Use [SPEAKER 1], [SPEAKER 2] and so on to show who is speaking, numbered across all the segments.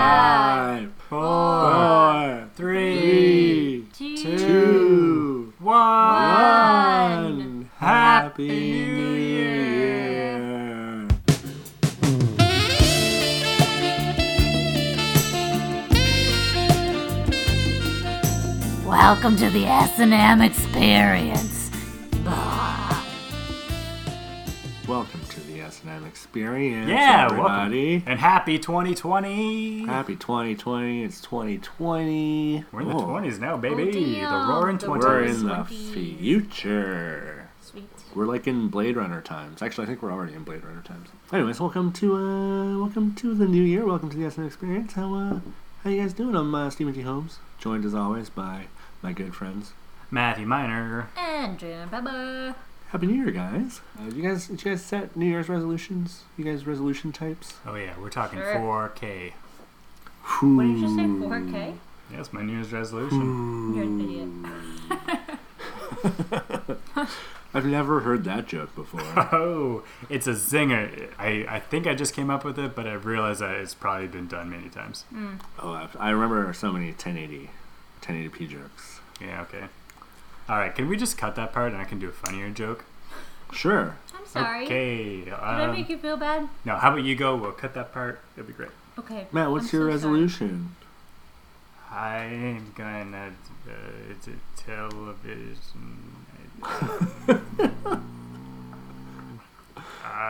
[SPEAKER 1] Five,
[SPEAKER 2] four,
[SPEAKER 1] four, three, two, one. Happy New Year!
[SPEAKER 2] Welcome to the S&M experience. Bah.
[SPEAKER 3] Welcome to the S&M Experience,
[SPEAKER 1] Yeah,
[SPEAKER 3] everybody.
[SPEAKER 1] welcome. And happy 2020.
[SPEAKER 3] Happy 2020. It's 2020.
[SPEAKER 1] We're in the
[SPEAKER 3] Oh,
[SPEAKER 1] 20s now, baby.
[SPEAKER 2] damn.
[SPEAKER 1] the roaring
[SPEAKER 2] The
[SPEAKER 1] 20s.
[SPEAKER 3] We're in the
[SPEAKER 2] 20s.
[SPEAKER 3] future.
[SPEAKER 2] Sweet.
[SPEAKER 3] We're like in Blade Runner times. Actually, I think we're already in Blade Runner times. Anyways, welcome to uh, welcome to the new year. Welcome to the S&M Experience. How uh, how you guys doing? I'm uh, Stephen G. Holmes, joined as always by my good friends.
[SPEAKER 1] Matthew Minor.
[SPEAKER 2] And Jan Pepper.
[SPEAKER 3] Happy New Year, guys! Uh, did you guys did you guys set New Year's resolutions? You guys resolution types?
[SPEAKER 1] Oh, yeah, we're talking
[SPEAKER 2] Sure.
[SPEAKER 1] 4K.
[SPEAKER 2] What did you say, 4K?
[SPEAKER 1] Yes, my New Year's resolution.
[SPEAKER 2] You're an idiot.
[SPEAKER 3] I've never heard that joke before.
[SPEAKER 1] Oh, it's a zinger. I, I think I just came up with it, but I realize that it's probably been done many times.
[SPEAKER 3] Oh, I, I remember so many 1080, 1080p jokes.
[SPEAKER 1] Yeah, okay. All right, can we just cut that part and I can do a funnier joke?
[SPEAKER 3] Sure.
[SPEAKER 2] I'm sorry.
[SPEAKER 1] Okay.
[SPEAKER 2] Did I
[SPEAKER 1] Um,
[SPEAKER 2] make you feel bad?
[SPEAKER 1] no, how about you go? We'll cut that part. It'll be great.
[SPEAKER 2] Okay.
[SPEAKER 3] Matt, what's
[SPEAKER 2] I'm
[SPEAKER 3] your
[SPEAKER 2] so
[SPEAKER 3] resolution?
[SPEAKER 1] I'm gonna uh, it's a television. uh,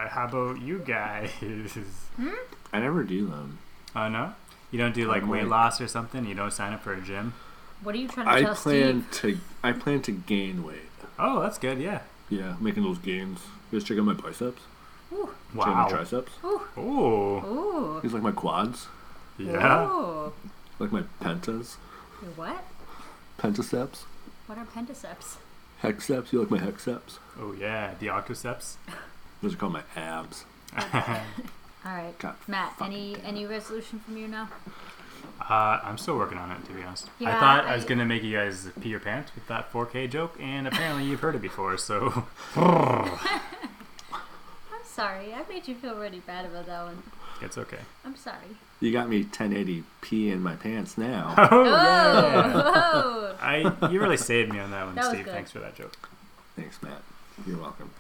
[SPEAKER 1] how about you guys?
[SPEAKER 3] I never do them.
[SPEAKER 1] Oh no, you don't do like
[SPEAKER 3] I'm
[SPEAKER 1] weight
[SPEAKER 3] like-
[SPEAKER 1] loss or something. You don't sign up for a gym.
[SPEAKER 2] Sorry. What are you trying to
[SPEAKER 3] I
[SPEAKER 2] tell
[SPEAKER 3] plan
[SPEAKER 2] Steve?
[SPEAKER 3] to I plan to gain weight.
[SPEAKER 1] Oh, that's good. Yeah.
[SPEAKER 3] Yeah, making those gains. You guys check out my biceps.
[SPEAKER 2] Ooh.
[SPEAKER 3] Check out my
[SPEAKER 1] Wow.
[SPEAKER 3] triceps.
[SPEAKER 2] Ooh.
[SPEAKER 1] Oh.
[SPEAKER 2] Ooh.
[SPEAKER 3] These like my quads,
[SPEAKER 1] Yeah.
[SPEAKER 2] Ooh.
[SPEAKER 3] like my pentas,
[SPEAKER 2] Your what?
[SPEAKER 3] pentaceps,
[SPEAKER 2] What are pentaceps?
[SPEAKER 3] hexaps. You like my hexaps?
[SPEAKER 1] Oh yeah. The octoceps.
[SPEAKER 3] Those are called my abs.
[SPEAKER 2] All right.
[SPEAKER 3] God
[SPEAKER 2] Matt,
[SPEAKER 3] fucking
[SPEAKER 2] any
[SPEAKER 3] damn
[SPEAKER 2] any resolution from you now?
[SPEAKER 1] Uh, I'm still working on it, to be honest. I
[SPEAKER 2] Yeah,
[SPEAKER 1] thought I, was
[SPEAKER 2] I-
[SPEAKER 1] gonna make you guys pee your pants with that 4K joke, and apparently you've heard it before. So
[SPEAKER 2] I'm sorry. I made you feel really bad about that one.
[SPEAKER 1] it's okay.
[SPEAKER 2] I'm sorry.
[SPEAKER 3] You got me 1080p in my pants now.
[SPEAKER 1] Oh,
[SPEAKER 2] Oh.
[SPEAKER 1] I you really saved me on that one,
[SPEAKER 2] That was
[SPEAKER 1] Steve.
[SPEAKER 2] good.
[SPEAKER 1] Thanks for that joke.
[SPEAKER 3] Thanks, Matt. You're welcome.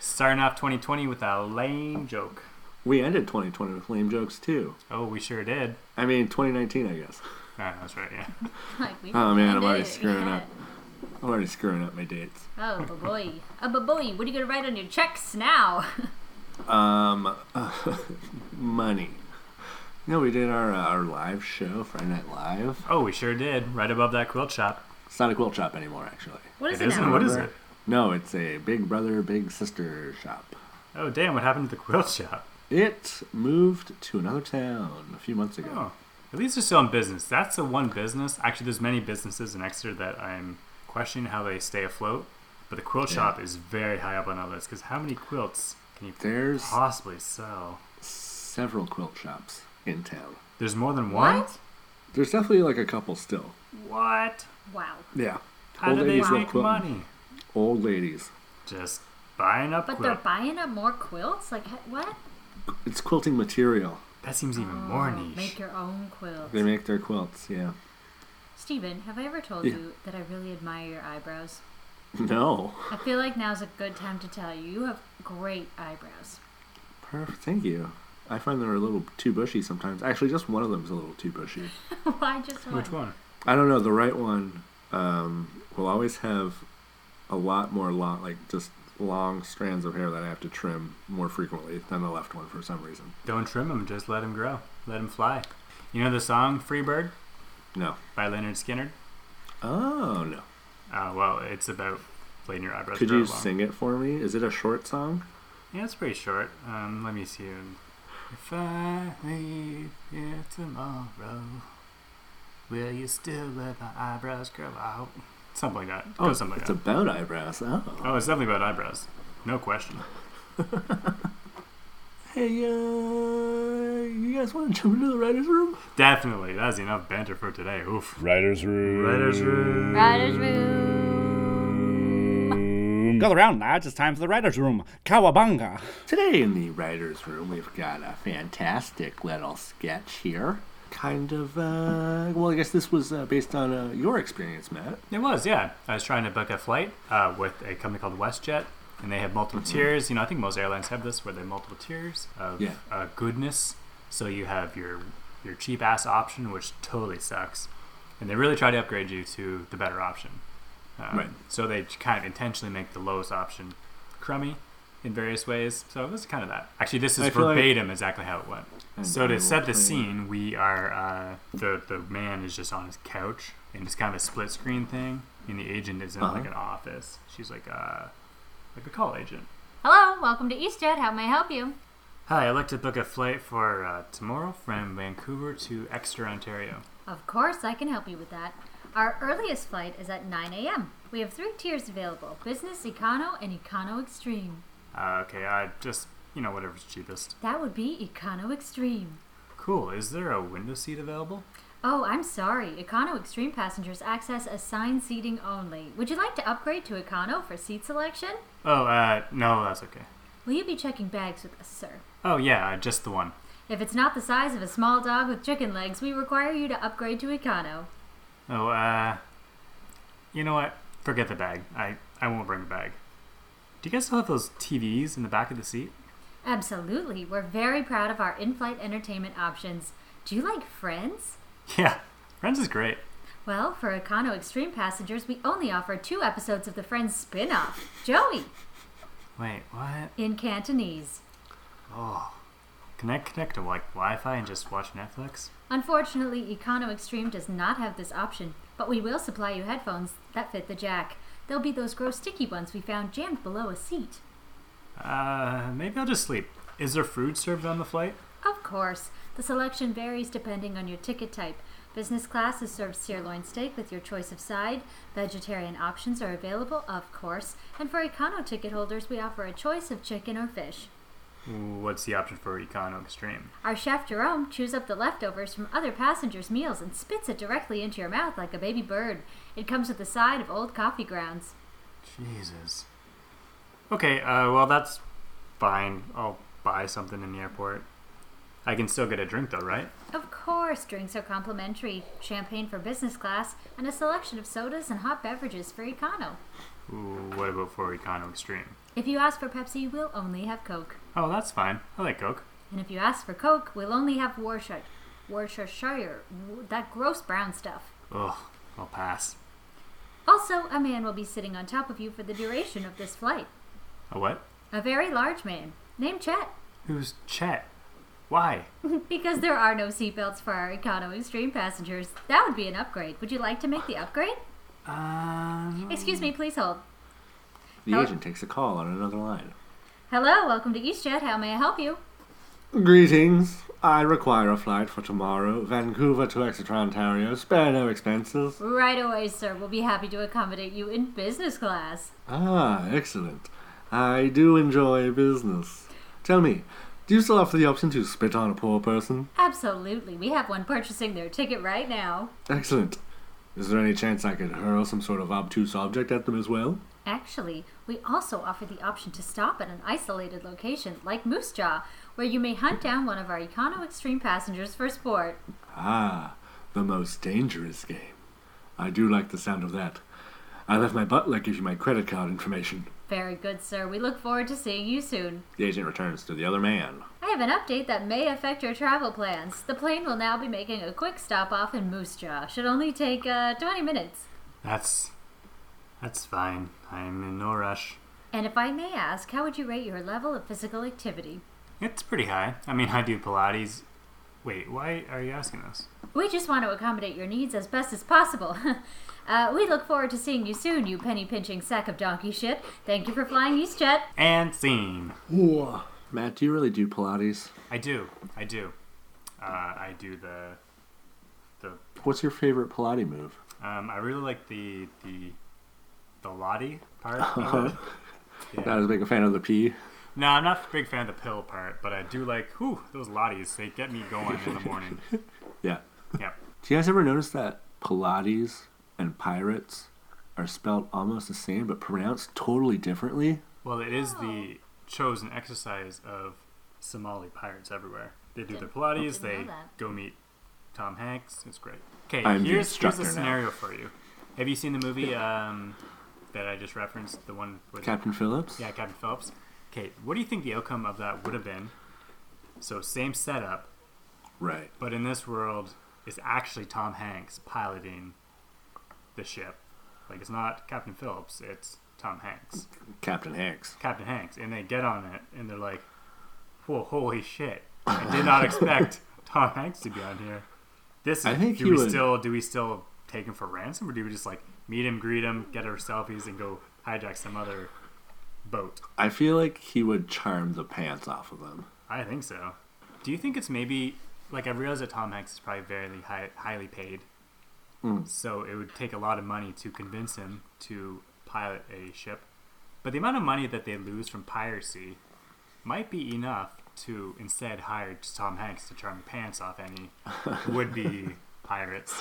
[SPEAKER 1] Starting off 2020 with a lame joke.
[SPEAKER 3] We ended 2020 with lame jokes too.
[SPEAKER 1] Oh, we sure did.
[SPEAKER 3] I mean, 2019, I guess.
[SPEAKER 1] Ah, that's right. Yeah.
[SPEAKER 2] Like, we
[SPEAKER 3] Oh, man, I'm
[SPEAKER 2] did
[SPEAKER 3] already
[SPEAKER 2] it.
[SPEAKER 3] screwing
[SPEAKER 2] Yeah.
[SPEAKER 3] up. I'm already screwing up my dates.
[SPEAKER 2] Oh, but boy. Oh, but boy. What are you going to write on your checks now?
[SPEAKER 3] Um, money. You know, we did our uh, our live show, Friday Night Live.
[SPEAKER 1] Oh, we sure did. Right above that quilt shop.
[SPEAKER 3] It's not a quilt shop anymore, actually.
[SPEAKER 2] What is
[SPEAKER 1] It
[SPEAKER 2] it,
[SPEAKER 1] isn't.
[SPEAKER 2] now?
[SPEAKER 1] What is it?
[SPEAKER 3] No, it's a Big Brother Big Sister shop.
[SPEAKER 1] Oh, damn! What happened to the quilt shop?
[SPEAKER 3] It moved to another town a few months ago.
[SPEAKER 1] Oh, at least they're still in business. That's the one business. Actually, there's many businesses in Exeter that I'm questioning how they stay afloat. But the quilt
[SPEAKER 3] Yeah.
[SPEAKER 1] shop is very high up on that list because how many quilts can you
[SPEAKER 3] There's
[SPEAKER 1] possibly sell?
[SPEAKER 3] several quilt shops in town.
[SPEAKER 1] There's more than one.
[SPEAKER 2] What?
[SPEAKER 3] There's definitely like a couple still.
[SPEAKER 1] What?
[SPEAKER 2] Wow.
[SPEAKER 3] Yeah.
[SPEAKER 1] How do they
[SPEAKER 3] ladies love
[SPEAKER 1] make
[SPEAKER 3] quilting.
[SPEAKER 1] money?
[SPEAKER 3] Old ladies.
[SPEAKER 1] Just buying up
[SPEAKER 2] But they're
[SPEAKER 1] quilt.
[SPEAKER 2] buying up more quilts? Like, he- what?
[SPEAKER 3] It's quilting material.
[SPEAKER 1] That seems even more
[SPEAKER 2] Oh,
[SPEAKER 1] niche.
[SPEAKER 2] Make your own quilts.
[SPEAKER 3] They make their quilts, yeah.
[SPEAKER 2] Steven, have I ever told
[SPEAKER 3] Yeah.
[SPEAKER 2] you that I really admire your eyebrows?
[SPEAKER 3] No.
[SPEAKER 2] I feel like now's a good time to tell you. You have great eyebrows.
[SPEAKER 3] Perfect. Thank you. I find they're a little too bushy sometimes. Actually, just one of them's a little too bushy.
[SPEAKER 2] Why just one?
[SPEAKER 1] Which one?
[SPEAKER 3] I don't know. The right one um, will always have a lot more long, like just long strands of hair that I have to trim more frequently than the left one for some reason.
[SPEAKER 1] Don't trim him, just let him grow. Let him fly. You know the song Free Bird
[SPEAKER 3] No.
[SPEAKER 1] by Leonard Skinner?
[SPEAKER 3] Oh no.
[SPEAKER 1] Uh, well, it's about letting your eyebrows
[SPEAKER 3] Could
[SPEAKER 1] grow
[SPEAKER 3] you
[SPEAKER 1] long.
[SPEAKER 3] sing it for me? Is it a short song?
[SPEAKER 1] Yeah, it's pretty short. Um, let me see. If I leave here tomorrow, will you still let my eyebrows grow out? Something like that. It goes something like
[SPEAKER 3] Oh, it's
[SPEAKER 1] that.
[SPEAKER 3] about eyebrows. Oh.
[SPEAKER 1] Oh, it's definitely about eyebrows. No question.
[SPEAKER 3] Hey, uh, you guys want to jump into the writers' room?
[SPEAKER 1] Definitely. That's enough banter for today. Oof.
[SPEAKER 4] Writer's Room.
[SPEAKER 1] Writers room.
[SPEAKER 2] Riders Room.
[SPEAKER 4] room. Gather round, lads. It's time for the writers' room. Cowabunga.
[SPEAKER 3] Today in the writer's room, we've got a fantastic little sketch here. Kind of, uh, well, I guess this was uh, based on uh, your experience, Matt.
[SPEAKER 1] It was, yeah. I was trying to book a flight uh, with a company called WestJet, and they have multiple tiers. You know, I think most airlines have this, where they have multiple tiers of
[SPEAKER 3] Mm-hmm. Yeah.
[SPEAKER 1] uh, goodness. So you have your your cheap ass option, which totally sucks, and they really try to upgrade you to the better option. Um,
[SPEAKER 3] Right.
[SPEAKER 1] So they kind of intentionally make the lowest option crummy in various ways. So this is kind of that. Actually, this is
[SPEAKER 3] I feel like-
[SPEAKER 1] verbatim exactly how it went.
[SPEAKER 3] And
[SPEAKER 1] So
[SPEAKER 3] I
[SPEAKER 1] to
[SPEAKER 3] will
[SPEAKER 1] set the
[SPEAKER 3] play-
[SPEAKER 1] scene, we are uh, the the man is just on his couch, and it's kind of a split screen thing. And the agent is in
[SPEAKER 3] Uh-huh.
[SPEAKER 1] like an office. She's like uh like a call agent.
[SPEAKER 5] Hello, welcome to EastJet. How may I help you?
[SPEAKER 1] Hi, I'd like to book a flight for uh, tomorrow from Vancouver to Exeter, Ontario.
[SPEAKER 5] Of course, I can help you with that. Our earliest flight is at 9 a.m. We have three tiers available business, econo, and econo extreme.
[SPEAKER 1] Uh, okay, I just you know whatever's cheapest.
[SPEAKER 5] That would be econo extreme.
[SPEAKER 1] Cool. Is there a window seat available?
[SPEAKER 5] Oh, I'm sorry. Econo extreme passengers access assigned seating only. Would you like to upgrade to econo for seat selection?
[SPEAKER 1] Oh, uh, no, that's okay.
[SPEAKER 5] Will you be checking bags with us, sir?
[SPEAKER 1] Oh yeah, uh, just the one.
[SPEAKER 5] If it's not the size of a small dog with chicken legs, we require you to upgrade to econo.
[SPEAKER 1] Oh, uh, you know what? Forget the bag. I I won't bring a bag. Do you guys still have those TVs in the back of the seat?
[SPEAKER 5] Absolutely. We're very proud of our in flight entertainment options. Do you like friends?
[SPEAKER 1] Yeah, Friends is great.
[SPEAKER 5] Well, for Econo Extreme passengers, we only offer two episodes of the Friends spin off, Joey,
[SPEAKER 1] Wait, what?
[SPEAKER 5] in Cantonese.
[SPEAKER 1] Oh, can I connect to like Wi-Fi and just watch Netflix?
[SPEAKER 5] Unfortunately, Econo Extreme does not have this option, but we will supply you headphones that fit the jack. They'll be those gross sticky ones we found jammed below a seat.
[SPEAKER 1] Uh, maybe I'll just sleep. Is there food served on the flight?
[SPEAKER 5] Of course, the selection varies depending on your ticket type. Business class is served sirloin steak with your choice of side. Vegetarian options are available, of course, and for Econo ticket holders, we offer a choice of chicken or fish.
[SPEAKER 1] What's the option for Econo Extreme?
[SPEAKER 5] Our chef Jerome chews up the leftovers from other passengers' meals and spits it directly into your mouth like a baby bird. It comes with a side of old coffee grounds.
[SPEAKER 1] Jesus. Okay, uh, well that's fine. I'll buy something in the airport. I can still get a drink though, right?
[SPEAKER 5] Of course, drinks are complimentary champagne for business class, and a selection of sodas and hot beverages for Econo.
[SPEAKER 1] Ooh, what about for Econo Extreme?
[SPEAKER 5] If you ask for Pepsi, we'll only have Coke.
[SPEAKER 1] Oh, that's fine. I like Coke.
[SPEAKER 5] And if you ask for Coke, we'll only have Warshire. Worcestershire, w- that gross brown stuff.
[SPEAKER 1] Ugh, I'll pass.
[SPEAKER 5] Also, a man will be sitting on top of you for the duration of this flight.
[SPEAKER 1] A what?
[SPEAKER 5] A very large man, named Chet.
[SPEAKER 1] Who's Chet? Why?
[SPEAKER 5] Because there are no seatbelts for our Econo Extreme passengers. That would be an upgrade. Would you like to make the upgrade?
[SPEAKER 1] Um,
[SPEAKER 5] Excuse me, please hold.
[SPEAKER 3] The agent takes a call on another line.
[SPEAKER 5] Hello, welcome to EastJet. How may I help you?
[SPEAKER 3] Greetings. I require a flight for tomorrow, Vancouver to Exeter, Ontario. Spare no expenses.
[SPEAKER 5] Right away, sir. We'll be happy to accommodate you in business class.
[SPEAKER 3] Ah, excellent. I do enjoy business. Tell me, do you still offer the option to spit on a poor person?
[SPEAKER 5] Absolutely. We have one purchasing their ticket right now.
[SPEAKER 3] Excellent. Is there any chance I could hurl some sort of obtuse object at them as well?
[SPEAKER 5] Actually, we also offer the option to stop at an isolated location like Moose Jaw, where you may hunt down one of our Econo Extreme passengers for sport.
[SPEAKER 3] Ah, the most dangerous game. I do like the sound of that. I left my butler give you my credit card information.
[SPEAKER 5] Very good, sir. We look forward to seeing you soon.
[SPEAKER 3] The agent returns to the other man.
[SPEAKER 5] I have an update that may affect your travel plans. The plane will now be making a quick stop off in Moose Jaw. Should only take uh, 20 minutes.
[SPEAKER 1] That's that's fine. I'm in no rush.
[SPEAKER 5] And if I may ask, how would you rate your level of physical activity?
[SPEAKER 1] It's pretty high. I mean, I do Pilates. Wait, why are you asking this?
[SPEAKER 5] We just want to accommodate your needs as best as possible. uh, we look forward to seeing you soon, you penny pinching sack of donkey shit. Thank you for flying EastJet.
[SPEAKER 1] And scene.
[SPEAKER 3] Matt, do you really do Pilates?
[SPEAKER 1] I do. I do. Uh, I do the. The.
[SPEAKER 3] What's your favorite Pilates move?
[SPEAKER 1] Um, I really like the the the Lottie part. of it.
[SPEAKER 3] Not as big a fan of the P.
[SPEAKER 1] No, I'm not a big fan of the pill part, but I do like. Whew, those Lotties. They get me going in the morning.
[SPEAKER 3] Yeah.
[SPEAKER 1] Yep.
[SPEAKER 3] Do you guys ever notice that Pilates and pirates are spelled almost the same but pronounced totally differently.
[SPEAKER 1] Well, it is the
[SPEAKER 5] Oh.
[SPEAKER 1] chosen exercise of Somali pirates everywhere. They do their Pilates,
[SPEAKER 5] Didn't know
[SPEAKER 1] they
[SPEAKER 5] that.
[SPEAKER 1] go meet Tom Hanks. It's great. Okay,
[SPEAKER 3] I'm
[SPEAKER 1] here's,
[SPEAKER 3] the
[SPEAKER 1] here's
[SPEAKER 3] instructor
[SPEAKER 1] a
[SPEAKER 3] now.
[SPEAKER 1] scenario for you. Have you seen the movie um, that I just referenced? The one with
[SPEAKER 3] Captain Phillips.
[SPEAKER 1] Yeah, Captain Phelps. Okay, what do you think the outcome of that would have been? So, same setup,
[SPEAKER 3] Right.
[SPEAKER 1] but in this world, it's actually Tom Hanks piloting the ship. Like, it's not Captain Phillips, it's Tom Hanks.
[SPEAKER 3] Captain Hanks.
[SPEAKER 1] Captain Hanks, and they get on it, and they're like, "Whoa, holy shit! I did not expect Tom Hanks to be on here." This is,
[SPEAKER 3] I think
[SPEAKER 1] do
[SPEAKER 3] he
[SPEAKER 1] we
[SPEAKER 3] would-
[SPEAKER 1] still do we still take him for ransom, or do we just like meet him, greet him, get our selfies, and go hijack some other boat?
[SPEAKER 3] I feel like he would charm the pants off of them.
[SPEAKER 1] I think so. Do you think it's maybe like I realize that Tom Hanks is probably very high, highly paid, so it would take a lot of money to convince him to pilot a ship. But the amount of money that they lose from piracy might be enough to instead hire Tom Hanks to charm the pants off any would-be pirates.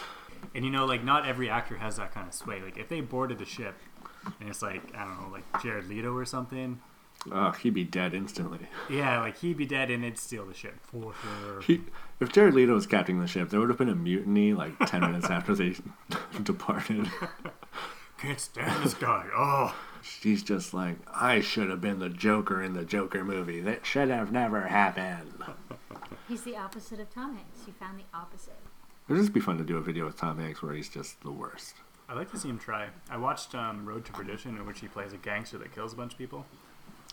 [SPEAKER 1] And you know, like not every actor has that kind of sway. Like if they boarded the ship, and it's like I don't know, like Jared Leto or something.
[SPEAKER 3] Oh, he'd be dead instantly.
[SPEAKER 1] Yeah, like he'd be dead and they'd steal the ship for sure.
[SPEAKER 3] He, if Jared Leto was captaining the ship, there would have been a mutiny like 10 minutes after they departed.
[SPEAKER 1] Can't stand this guy. Oh,
[SPEAKER 3] She's just like, I should have been the Joker in the Joker movie. That should have never happened.
[SPEAKER 5] He's the opposite of Tom Hanks. You found the opposite.
[SPEAKER 3] It'd just be fun to do a video with Tom Hanks where he's just the worst.
[SPEAKER 1] I'd like to see him try. I watched um, Road to Perdition, in which he plays a gangster that kills a bunch of people.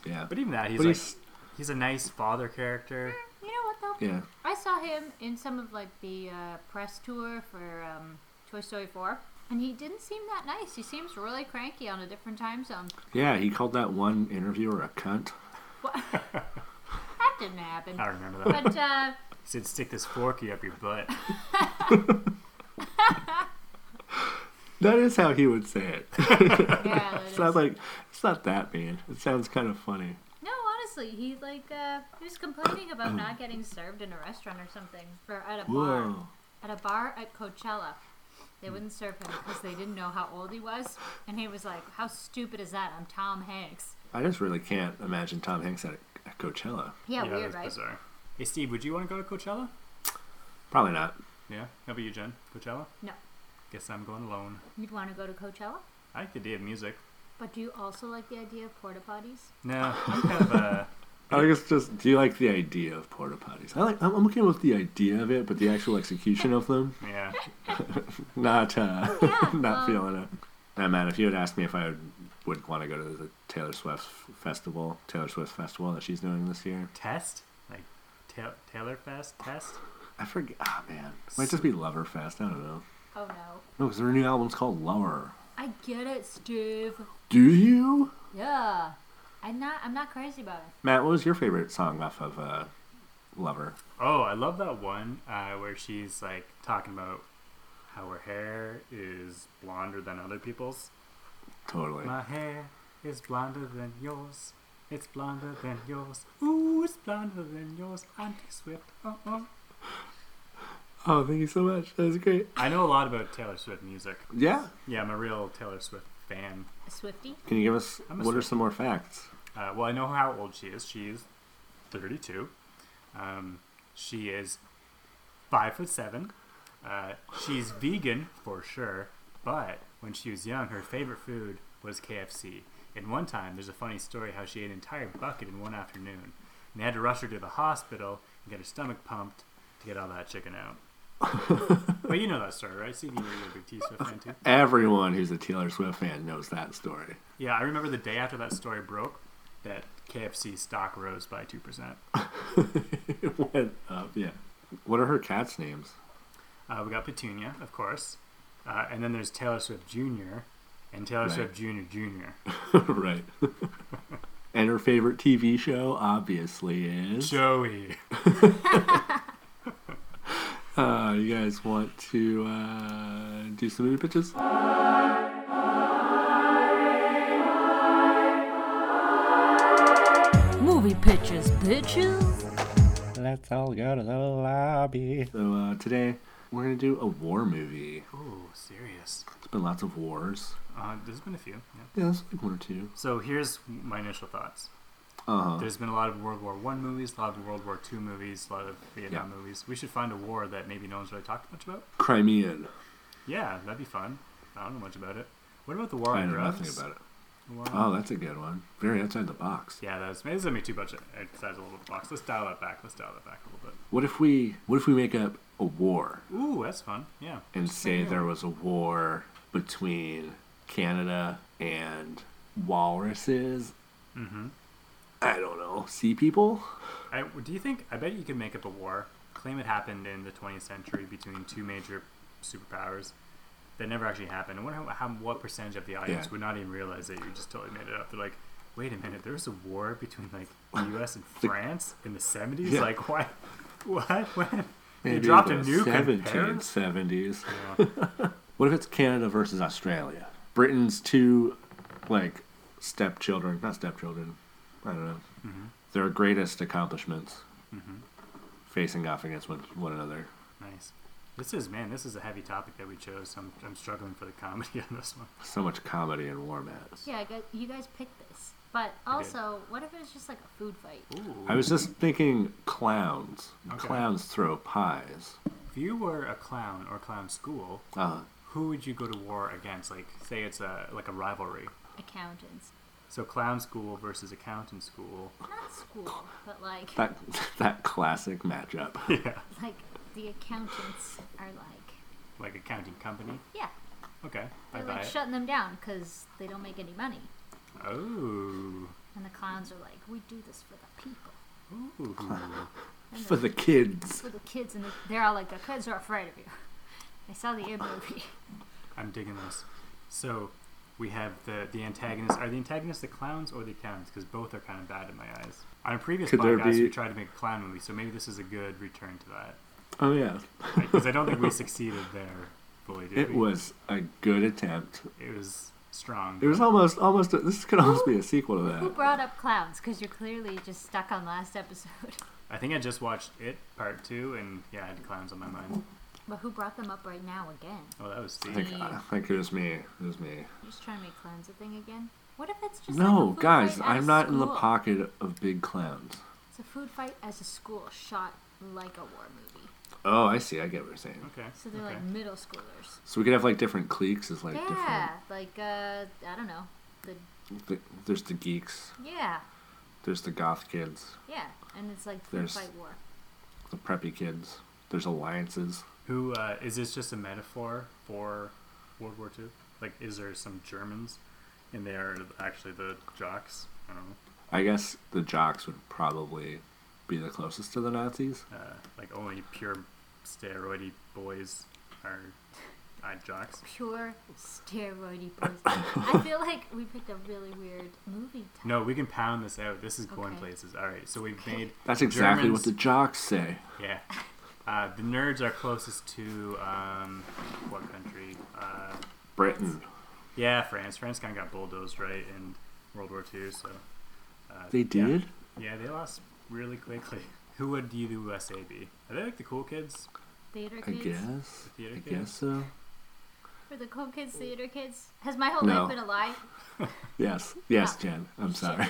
[SPEAKER 3] Yeah.
[SPEAKER 1] But even that, he's
[SPEAKER 3] But
[SPEAKER 1] like,
[SPEAKER 3] he's-
[SPEAKER 1] he's... a nice father character.
[SPEAKER 5] You know what though?
[SPEAKER 3] yeah.
[SPEAKER 5] I saw him in some of like the uh, press tour for um, Toy Story 4, and he didn't seem that nice. He seems really cranky on a different time zone.
[SPEAKER 3] Yeah, he called that one interviewer a cunt.
[SPEAKER 5] That didn't happen.
[SPEAKER 1] I remember that.
[SPEAKER 5] But uh,
[SPEAKER 1] He said, "Stick this forky up your butt."
[SPEAKER 3] That is how he would say it.
[SPEAKER 5] yeah, that
[SPEAKER 3] It's
[SPEAKER 5] is-
[SPEAKER 3] not like, it's not that mean. It sounds kind of funny.
[SPEAKER 5] no, honestly, he like uh, he was complaining about not getting served in a restaurant or something, or at a bar,
[SPEAKER 3] Whoa.
[SPEAKER 5] at a bar at Coachella. They wouldn't serve him because they didn't know how old he was, and he was like, "How stupid is that? I'm Tom Hanks."
[SPEAKER 3] I just really can't imagine Tom Hanks at, at Coachella.
[SPEAKER 5] Yeah,
[SPEAKER 1] yeah,
[SPEAKER 5] weird,
[SPEAKER 1] that's
[SPEAKER 5] right?
[SPEAKER 1] bizarre. Hey, Steve, would you want to go to Coachella?
[SPEAKER 3] Probably not.
[SPEAKER 1] Yeah. How about you, Jen? Coachella?
[SPEAKER 5] No,
[SPEAKER 1] Guess I'm going alone.
[SPEAKER 5] you'd want to go to Coachella.
[SPEAKER 1] I like the day of music.
[SPEAKER 5] But do you also like the idea of porta potties?
[SPEAKER 1] No, I'm kind of uh,
[SPEAKER 3] I guess just do you like the idea of porta potties? I like I'm I'm okay with the idea of it, but the actual execution of them,
[SPEAKER 1] yeah.
[SPEAKER 3] not uh,
[SPEAKER 5] Yeah,
[SPEAKER 3] not
[SPEAKER 5] um,
[SPEAKER 3] feeling it. Now, Matt, if you had asked me if I would, would want to go to the Taylor Swift f- festival, Taylor Swift festival that she's doing this year,
[SPEAKER 1] Test like ta- Taylor Fest test.
[SPEAKER 3] I forget. Ah, man, it might just be Lover Fest. I don't know.
[SPEAKER 5] Oh no.
[SPEAKER 3] No, because her new album's called Lower.
[SPEAKER 5] I get it, Steve.
[SPEAKER 3] Do you,
[SPEAKER 5] Yeah. I'm not I'm not crazy about it.
[SPEAKER 3] Matt? What was your favorite song off of uh, Lover?
[SPEAKER 1] Oh, I love that one uh, where she's like talking about how her hair is blonder than other people's.
[SPEAKER 3] Totally.
[SPEAKER 1] My hair is blonder than yours. It's blonder than yours. Ooh, it's blonder than yours. I'm too swift. Uh uh
[SPEAKER 3] Oh, thank you so much. That was great.
[SPEAKER 1] I know a lot about Taylor Swift music.
[SPEAKER 3] Yeah.
[SPEAKER 1] Yeah, I'm a real Taylor Swift fan.
[SPEAKER 5] A Swifty?
[SPEAKER 3] Can you give us
[SPEAKER 1] I'm a
[SPEAKER 3] what are
[SPEAKER 1] Swiftie.
[SPEAKER 3] some more facts?
[SPEAKER 1] Uh, well, I know how old she is. She's 32. Um, she is five foot seven. Uh, she's vegan for sure, but when she was young, her favorite food was KFC. And one time, there's a funny story how she ate an entire bucket in one afternoon. And they had to rush her to the hospital and get her stomach pumped to get all that chicken out. but you know that story, right? Steve, you were a big T Swift fan too.
[SPEAKER 3] Everyone who's a Taylor Swift fan knows that story.
[SPEAKER 1] Yeah, I remember the day after that story broke that KFC stock rose by 2%.
[SPEAKER 3] it went up, uh, yeah. What are her cat's names?
[SPEAKER 1] Uh, we got Petunia, of course. Uh, and then there's Taylor Swift Jr. and Taylor
[SPEAKER 3] Right.
[SPEAKER 1] Swift Jr. Jr.
[SPEAKER 3] right. and her favorite TV show, obviously, is.
[SPEAKER 1] Joey.
[SPEAKER 3] Uh, you guys want to uh, do some movie pitches?
[SPEAKER 2] Movie pitches, bitches.
[SPEAKER 4] Let's all go to the lobby.
[SPEAKER 3] So uh, today, We're gonna do a war movie.
[SPEAKER 1] Oh, serious.
[SPEAKER 3] There's been lots of wars.
[SPEAKER 1] Uh, there's been a few. Yeah.
[SPEAKER 3] Yeah, there's like one or two.
[SPEAKER 1] So here's my initial thoughts.
[SPEAKER 3] Uh huh.
[SPEAKER 1] There's been a lot of World War One movies, a lot of World War Two movies, a lot of Vietnam movies. We should find a war that maybe no one's really talked much about.
[SPEAKER 3] Crimean.
[SPEAKER 1] Yeah, that'd be fun. I don't know much about it. What about the war
[SPEAKER 3] I
[SPEAKER 1] on
[SPEAKER 3] know
[SPEAKER 1] drugs?
[SPEAKER 3] nothing about it.
[SPEAKER 1] The war on-
[SPEAKER 3] Oh, that's a good one. Very outside the box.
[SPEAKER 1] Yeah, that's maybe this is gonna be too much exercise a little box. Let's dial that back. Let's dial that back a little bit.
[SPEAKER 3] What if we What if we make up a war
[SPEAKER 1] Ooh, that's fun. Yeah.
[SPEAKER 3] and say there was a war between Canada and walruses?
[SPEAKER 1] Mm-hmm.
[SPEAKER 3] I don't know. Sea people.
[SPEAKER 1] I, do you think? I bet you could make up a war, claim it happened in the 20th century between two major superpowers that never actually happened. I wonder how, how what percentage of the audience
[SPEAKER 3] Yeah.
[SPEAKER 1] would not even realize that you just totally made it up. They're like, wait a minute, there was a war between like the U.S. and France in the 70s.
[SPEAKER 3] Yeah.
[SPEAKER 1] Like what? What? When? They
[SPEAKER 3] Maybe
[SPEAKER 1] dropped a
[SPEAKER 3] the
[SPEAKER 1] nuke in Paris.
[SPEAKER 3] 1770s.
[SPEAKER 1] Yeah.
[SPEAKER 3] What if it's Canada versus Australia? Britain's two, like, stepchildren, not stepchildren, I don't know,
[SPEAKER 1] Mm-hmm.
[SPEAKER 3] their greatest accomplishments facing off against one, one another.
[SPEAKER 1] Nice. This is man. This is a heavy topic that we chose. I'm, I'm struggling for the comedy on this one.
[SPEAKER 3] So much comedy in war maps.
[SPEAKER 5] Yeah, I gu- you guys picked this. But also, what if it was just like a food fight?
[SPEAKER 3] I was just thinking clowns.
[SPEAKER 1] Okay.
[SPEAKER 3] Clowns throw pies.
[SPEAKER 1] If you were a clown or clown school,
[SPEAKER 3] Uh,
[SPEAKER 1] who would you go to war against? Like, say it's a like a rivalry.
[SPEAKER 5] Accountants.
[SPEAKER 1] So clown school versus accountant school.
[SPEAKER 5] Not school, but like
[SPEAKER 3] that, that classic matchup.
[SPEAKER 1] Yeah.
[SPEAKER 5] like the accountants are like,
[SPEAKER 1] Like accounting company.
[SPEAKER 5] yeah,
[SPEAKER 1] Okay. I
[SPEAKER 5] they're
[SPEAKER 1] buy
[SPEAKER 5] like
[SPEAKER 1] it.
[SPEAKER 5] shutting them down because they don't make any money.
[SPEAKER 1] Oh.
[SPEAKER 5] And the clowns are like, we do this for the people,
[SPEAKER 1] Ooh.
[SPEAKER 3] For the kids.
[SPEAKER 5] for the kids, and they're all like, the kids are afraid of you. I saw the Id movie.
[SPEAKER 1] I'm digging this. So we have the the antagonists. Are the antagonists the clowns or the accountants? Because both are kind of bad in my eyes. On a previous
[SPEAKER 3] Could there
[SPEAKER 1] podcast,
[SPEAKER 3] be-
[SPEAKER 1] we tried to make a clown movie, so maybe this is a good return to that.
[SPEAKER 3] Oh, yeah.
[SPEAKER 1] Because I don't think we succeeded there fully. Did
[SPEAKER 3] It
[SPEAKER 1] we?
[SPEAKER 3] was a good attempt.
[SPEAKER 1] It was strong.
[SPEAKER 3] It was almost, almost, a, this could almost be a sequel to
[SPEAKER 5] Who
[SPEAKER 3] that.
[SPEAKER 5] brought up clowns? Because you're clearly just stuck on last episode.
[SPEAKER 1] I think I just watched it part two, and yeah, I had clowns on my mind.
[SPEAKER 5] But who brought them up right now again?
[SPEAKER 1] Oh, that was
[SPEAKER 3] I
[SPEAKER 1] Steve.
[SPEAKER 3] think, I think it was me. It was me.
[SPEAKER 5] You're just trying to make clowns a thing again? What if it's just like a
[SPEAKER 3] No,
[SPEAKER 5] food
[SPEAKER 3] guys,
[SPEAKER 5] fight at
[SPEAKER 3] I'm
[SPEAKER 5] a
[SPEAKER 3] not in the
[SPEAKER 5] school?
[SPEAKER 3] pocket of big clowns.
[SPEAKER 5] It's a food fight as a school shot like a war movie.
[SPEAKER 3] Oh, I see. I get what you're saying.
[SPEAKER 1] Okay.
[SPEAKER 5] So they're
[SPEAKER 1] okay.
[SPEAKER 5] like middle schoolers.
[SPEAKER 3] So we could have like different cliques. Is like
[SPEAKER 5] yeah, like uh, I don't know. The
[SPEAKER 3] different. th- There's the geeks.
[SPEAKER 5] yeah,
[SPEAKER 3] There's the goth kids.
[SPEAKER 5] yeah, and it's like food
[SPEAKER 3] There's-
[SPEAKER 5] fight war.
[SPEAKER 3] The preppy kids. There's alliances.
[SPEAKER 1] Who uh, is this? Just a metaphor for World War Two? Like, is there some Germans, and they are actually the jocks? I don't know.
[SPEAKER 3] I guess the jocks would probably be the closest to the Nazis.
[SPEAKER 1] Uh, like only pure steroidy boys are uh, jocks.
[SPEAKER 5] Pure steroidy boys. I feel like we picked a really weird movie. Type.
[SPEAKER 1] No, we can pound this out. This is going
[SPEAKER 5] Okay.
[SPEAKER 1] places. All right, so we've made
[SPEAKER 3] That's exactly
[SPEAKER 1] Germans-
[SPEAKER 3] what the jocks say.
[SPEAKER 1] Yeah. Uh, the nerds are closest to um, what country? Uh,
[SPEAKER 3] Britain.
[SPEAKER 1] yeah, France. France kind of got bulldozed, right, in World War II. So uh,
[SPEAKER 3] They did.
[SPEAKER 1] Yeah, they lost really quickly. Who would the USA be? Are they like the cool kids?
[SPEAKER 5] Theater
[SPEAKER 3] I
[SPEAKER 5] kids.
[SPEAKER 3] guess.
[SPEAKER 1] theater
[SPEAKER 3] I
[SPEAKER 1] kids?
[SPEAKER 3] guess so.
[SPEAKER 5] For the cool kids, theater kids. Has my whole
[SPEAKER 3] No.
[SPEAKER 5] life been a lie?
[SPEAKER 3] Yes. Yes, Jen. I'm sorry.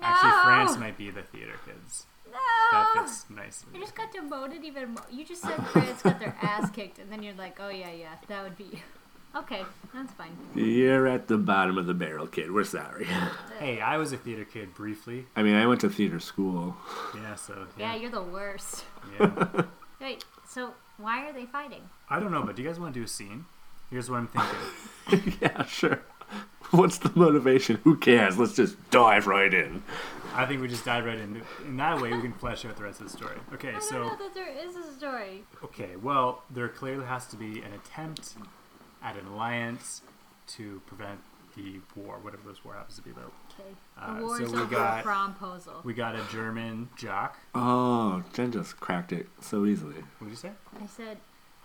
[SPEAKER 5] No.
[SPEAKER 1] Actually, France might be the theater kids. That
[SPEAKER 5] No.
[SPEAKER 1] fits nicely.
[SPEAKER 5] You just got demoted even more. You just said France got their ass kicked, and then you're like, oh yeah, yeah, that would be. you." Okay, that's fine.
[SPEAKER 3] You're at the bottom of the barrel, kid. We're sorry.
[SPEAKER 1] Hey, I was a theater kid briefly.
[SPEAKER 3] I mean, I went to theater school.
[SPEAKER 1] Yeah, so
[SPEAKER 5] Yeah,
[SPEAKER 1] yeah.
[SPEAKER 5] you're the worst.
[SPEAKER 1] yeah.
[SPEAKER 5] Wait, so why are they fighting?
[SPEAKER 1] I don't know, but do you guys want to do a scene? Here's what I'm thinking.
[SPEAKER 3] yeah, sure. What's the motivation? Who cares? Let's just dive right in.
[SPEAKER 1] I think we just dive right into In that way, we can flesh out the rest of the story. Okay,
[SPEAKER 5] I
[SPEAKER 1] so.
[SPEAKER 5] don't know that there is a story.
[SPEAKER 1] Okay, well, there clearly has to be an attempt at an alliance to prevent the war, whatever this war happens to be about.
[SPEAKER 5] Okay.
[SPEAKER 1] Uh,
[SPEAKER 5] the war
[SPEAKER 1] so
[SPEAKER 5] is
[SPEAKER 1] we
[SPEAKER 5] over
[SPEAKER 1] got-
[SPEAKER 5] a promposal.
[SPEAKER 1] We got a German jock.
[SPEAKER 3] Oh, Jen just cracked it so easily.
[SPEAKER 1] What did you say?
[SPEAKER 5] I said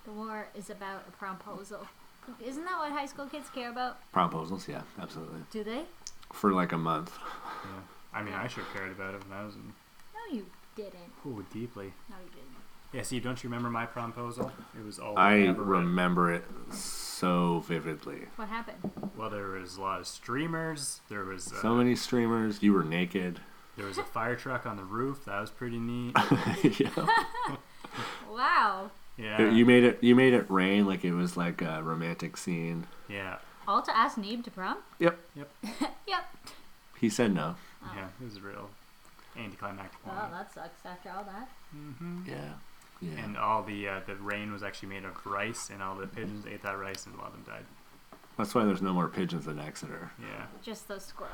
[SPEAKER 5] the war is about a promposal. Isn't that what high school kids care about?
[SPEAKER 3] Proposals, yeah, absolutely.
[SPEAKER 5] Do they?
[SPEAKER 3] For like a month.
[SPEAKER 1] Yeah. I mean, I sure cared about it when I was in
[SPEAKER 5] No, you didn't.
[SPEAKER 1] pool deeply.
[SPEAKER 5] No, you didn't.
[SPEAKER 1] Yeah, see, don't you remember my proposal? Oh, It was all
[SPEAKER 3] I
[SPEAKER 1] elaborate.
[SPEAKER 3] remember it so vividly.
[SPEAKER 5] What happened?
[SPEAKER 1] Well, there was a lot of streamers. There was uh,
[SPEAKER 3] So many streamers. You were naked.
[SPEAKER 1] there was a fire truck on the roof. That was pretty neat.
[SPEAKER 3] yeah.
[SPEAKER 5] Wow.
[SPEAKER 1] Yeah,
[SPEAKER 3] You made it. You made it rain like it was like a romantic scene.
[SPEAKER 1] yeah,
[SPEAKER 5] All to ask Neeb to prom?
[SPEAKER 3] Yep.
[SPEAKER 1] Yep.
[SPEAKER 5] Yep.
[SPEAKER 3] He said no.
[SPEAKER 1] yeah. It was a real anticlimactic Mm-hmm.
[SPEAKER 5] Well,
[SPEAKER 1] moment.
[SPEAKER 5] that sucks after all that.
[SPEAKER 3] Yeah. Yeah.
[SPEAKER 1] And all the uh, the rain was actually made of rice, and all the pigeons ate that rice, and a lot of them died.
[SPEAKER 3] That's why there's no more pigeons in Exeter.
[SPEAKER 1] Yeah.
[SPEAKER 5] Just those squirrels.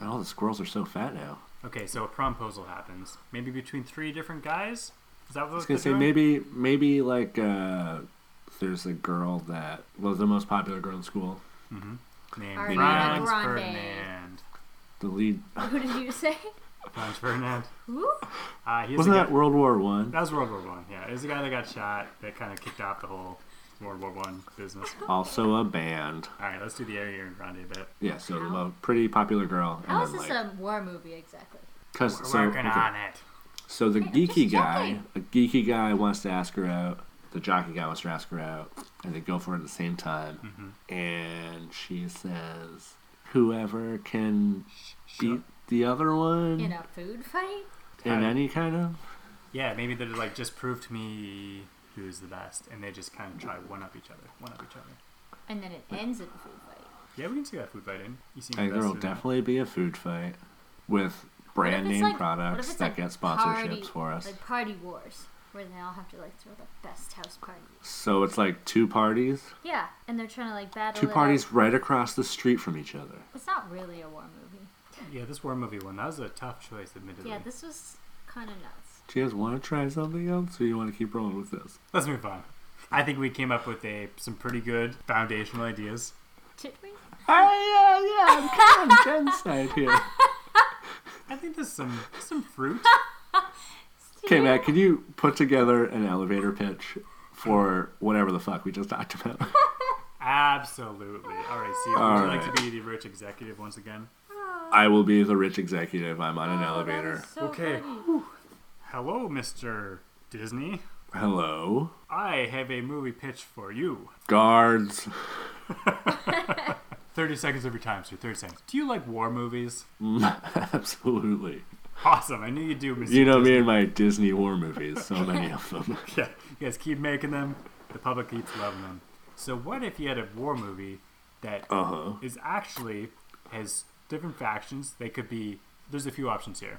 [SPEAKER 3] And all the squirrels are so fat now.
[SPEAKER 1] Okay, so a promposal happens. Maybe between three different guys. Oh, Is that what
[SPEAKER 3] I was gonna say maybe maybe like uh, there's a girl that was the most popular girl in school.
[SPEAKER 1] Named
[SPEAKER 5] Ariana
[SPEAKER 1] Franz
[SPEAKER 5] Grande.
[SPEAKER 1] Ferdinand.
[SPEAKER 3] The lead
[SPEAKER 5] Who did you say?
[SPEAKER 1] Franz Ferdinand.
[SPEAKER 5] Who?
[SPEAKER 1] Uh, he's
[SPEAKER 3] wasn't
[SPEAKER 1] the
[SPEAKER 3] that
[SPEAKER 1] guy,
[SPEAKER 3] World War One.
[SPEAKER 1] that was World War One. Yeah, it was the guy that got shot that kind of kicked off the whole World War One business.
[SPEAKER 3] Also a band.
[SPEAKER 1] All right, let's do the Ariana Grande bit.
[SPEAKER 3] Yeah. So a pretty popular girl. And
[SPEAKER 5] How is
[SPEAKER 3] then,
[SPEAKER 5] this
[SPEAKER 3] like,
[SPEAKER 5] a war movie exactly?
[SPEAKER 3] cause,
[SPEAKER 1] We're
[SPEAKER 3] so,
[SPEAKER 1] working
[SPEAKER 3] okay.
[SPEAKER 1] on it.
[SPEAKER 3] So the
[SPEAKER 5] just
[SPEAKER 3] geeky guy,
[SPEAKER 5] joking.
[SPEAKER 3] a geeky guy wants to ask her out. The jockey guy wants to ask her out, and they go for it at the same time. And she says, "Whoever can beat the other one
[SPEAKER 5] In
[SPEAKER 3] in,
[SPEAKER 5] a food fight?
[SPEAKER 3] any kind of."
[SPEAKER 1] Yeah, maybe they're like just prove to me who's the best, and they just kind of try one up each other, one up each other.
[SPEAKER 5] And then it ends in a food fight.
[SPEAKER 1] Yeah, we can see that food fight in. You seem
[SPEAKER 3] Like, there will
[SPEAKER 1] invested in it.
[SPEAKER 3] definitely be a food fight with brand
[SPEAKER 5] What if it's
[SPEAKER 3] name
[SPEAKER 5] like- what if
[SPEAKER 3] products
[SPEAKER 5] it's
[SPEAKER 3] that
[SPEAKER 5] like
[SPEAKER 3] get sponsorships
[SPEAKER 5] party-
[SPEAKER 3] for us.
[SPEAKER 5] Like party wars, where they all have to like throw the best house party.
[SPEAKER 3] so it's like two parties,
[SPEAKER 5] Yeah, and they're trying to like battle.
[SPEAKER 3] two
[SPEAKER 5] it out.
[SPEAKER 3] parties right across the street from each other.
[SPEAKER 5] It's not really a war movie.
[SPEAKER 1] Yeah, this war movie one. That was a tough choice, admittedly.
[SPEAKER 5] Yeah, this was kind of nuts.
[SPEAKER 3] Do you guys want to try something else, or you want to keep rolling with this?
[SPEAKER 1] Let's move on. I think we came up with a some pretty good foundational ideas.
[SPEAKER 5] Did we?
[SPEAKER 3] I, uh, yeah, I'm kind of genocide here.
[SPEAKER 1] I think there's some some fruit.
[SPEAKER 3] Okay, Matt, can you put together an elevator pitch for whatever the fuck we just talked about?
[SPEAKER 1] Absolutely. All right, see, would
[SPEAKER 3] All
[SPEAKER 1] you like
[SPEAKER 3] right.
[SPEAKER 1] to be the rich executive once again?
[SPEAKER 3] I will be the rich executive. I'm on an
[SPEAKER 5] Oh, that
[SPEAKER 3] elevator.
[SPEAKER 5] was so
[SPEAKER 1] Okay.
[SPEAKER 5] funny.
[SPEAKER 1] Hello, Mr. Disney.
[SPEAKER 3] Hello,
[SPEAKER 1] I have a movie pitch for you.
[SPEAKER 3] guards.
[SPEAKER 1] 30 seconds every time, sir. 30 seconds. Do you like war movies?
[SPEAKER 3] Absolutely.
[SPEAKER 1] Awesome. I knew you do, Mr.
[SPEAKER 3] You know me and my Disney war movies. So many of them.
[SPEAKER 1] Yeah, you guys keep making them. The public keeps loving them. So what if you had a war movie that is
[SPEAKER 3] Uh huh.
[SPEAKER 1] actually has different factions? They could be. There's a few options here.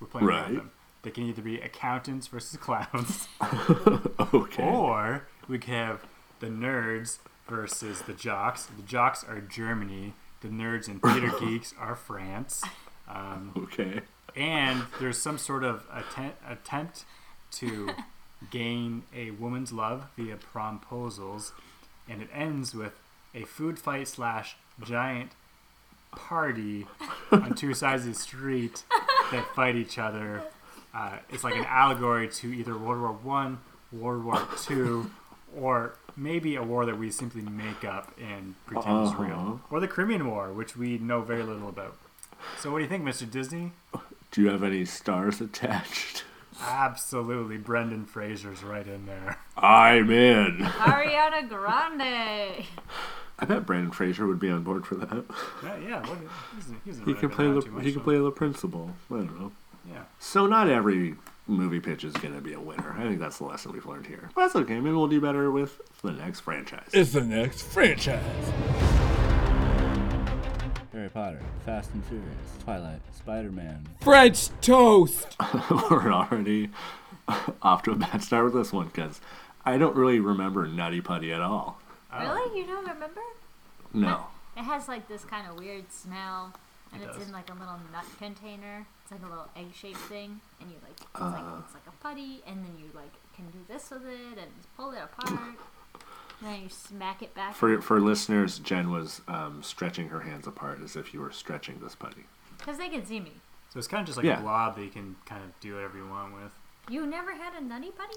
[SPEAKER 1] We're playing around with
[SPEAKER 3] Right.
[SPEAKER 1] them. They can either be accountants versus clowns,
[SPEAKER 3] Okay.
[SPEAKER 1] or we could have the nerds versus the jocks. The jocks are Germany. The nerds and theater geeks are France. Um,
[SPEAKER 3] Okay.
[SPEAKER 1] and there's some sort of attempt, attempt to gain a woman's love via promposals, and it ends with a food fight slash giant party on two sides of the street that fight each other. Uh, it's like an allegory to either World War One, World War Two, or maybe a war that we simply make up and pretend is real, or the Crimean War, which we know very little about. So, what do you think, Mr. Disney?
[SPEAKER 3] Do you have any stars attached?
[SPEAKER 1] Absolutely, Brendan Fraser's right in there.
[SPEAKER 3] I'm in.
[SPEAKER 5] Ariana Grande.
[SPEAKER 3] I bet Brandon Fraser would be on board for that.
[SPEAKER 1] Yeah, yeah. What, he's, he's
[SPEAKER 3] He can play the he can play the principal. I don't know.
[SPEAKER 1] Yeah.
[SPEAKER 3] So not every movie pitch is going to be a winner. I think that's the lesson we've learned here. But that's okay. Maybe we'll do better with the next franchise.
[SPEAKER 4] It's the next franchise. Harry Potter, Fast and Furious, Twilight, Spider Man.
[SPEAKER 6] French toast.
[SPEAKER 3] We're already off to a bad start with this one because I don't really remember Nutty Putty at all.
[SPEAKER 1] Oh.
[SPEAKER 5] Really? You don't remember?
[SPEAKER 3] No.
[SPEAKER 5] It has like this kind of weird smell, and
[SPEAKER 1] It
[SPEAKER 5] it's
[SPEAKER 1] does.
[SPEAKER 5] in like a little nut container. It's like a little egg-shaped thing, and you like it's,
[SPEAKER 3] Uh.
[SPEAKER 5] like it's like a putty, and then you like can do this with it and just pull it apart. and then you smack it back.
[SPEAKER 3] For for listeners, Jen was um, stretching her hands apart as if you were stretching this putty.
[SPEAKER 5] Because they can see me.
[SPEAKER 1] So it's kind of just like
[SPEAKER 3] Yeah.
[SPEAKER 1] a blob that you can kind of do whatever you want with.
[SPEAKER 5] You never had a nutty putty?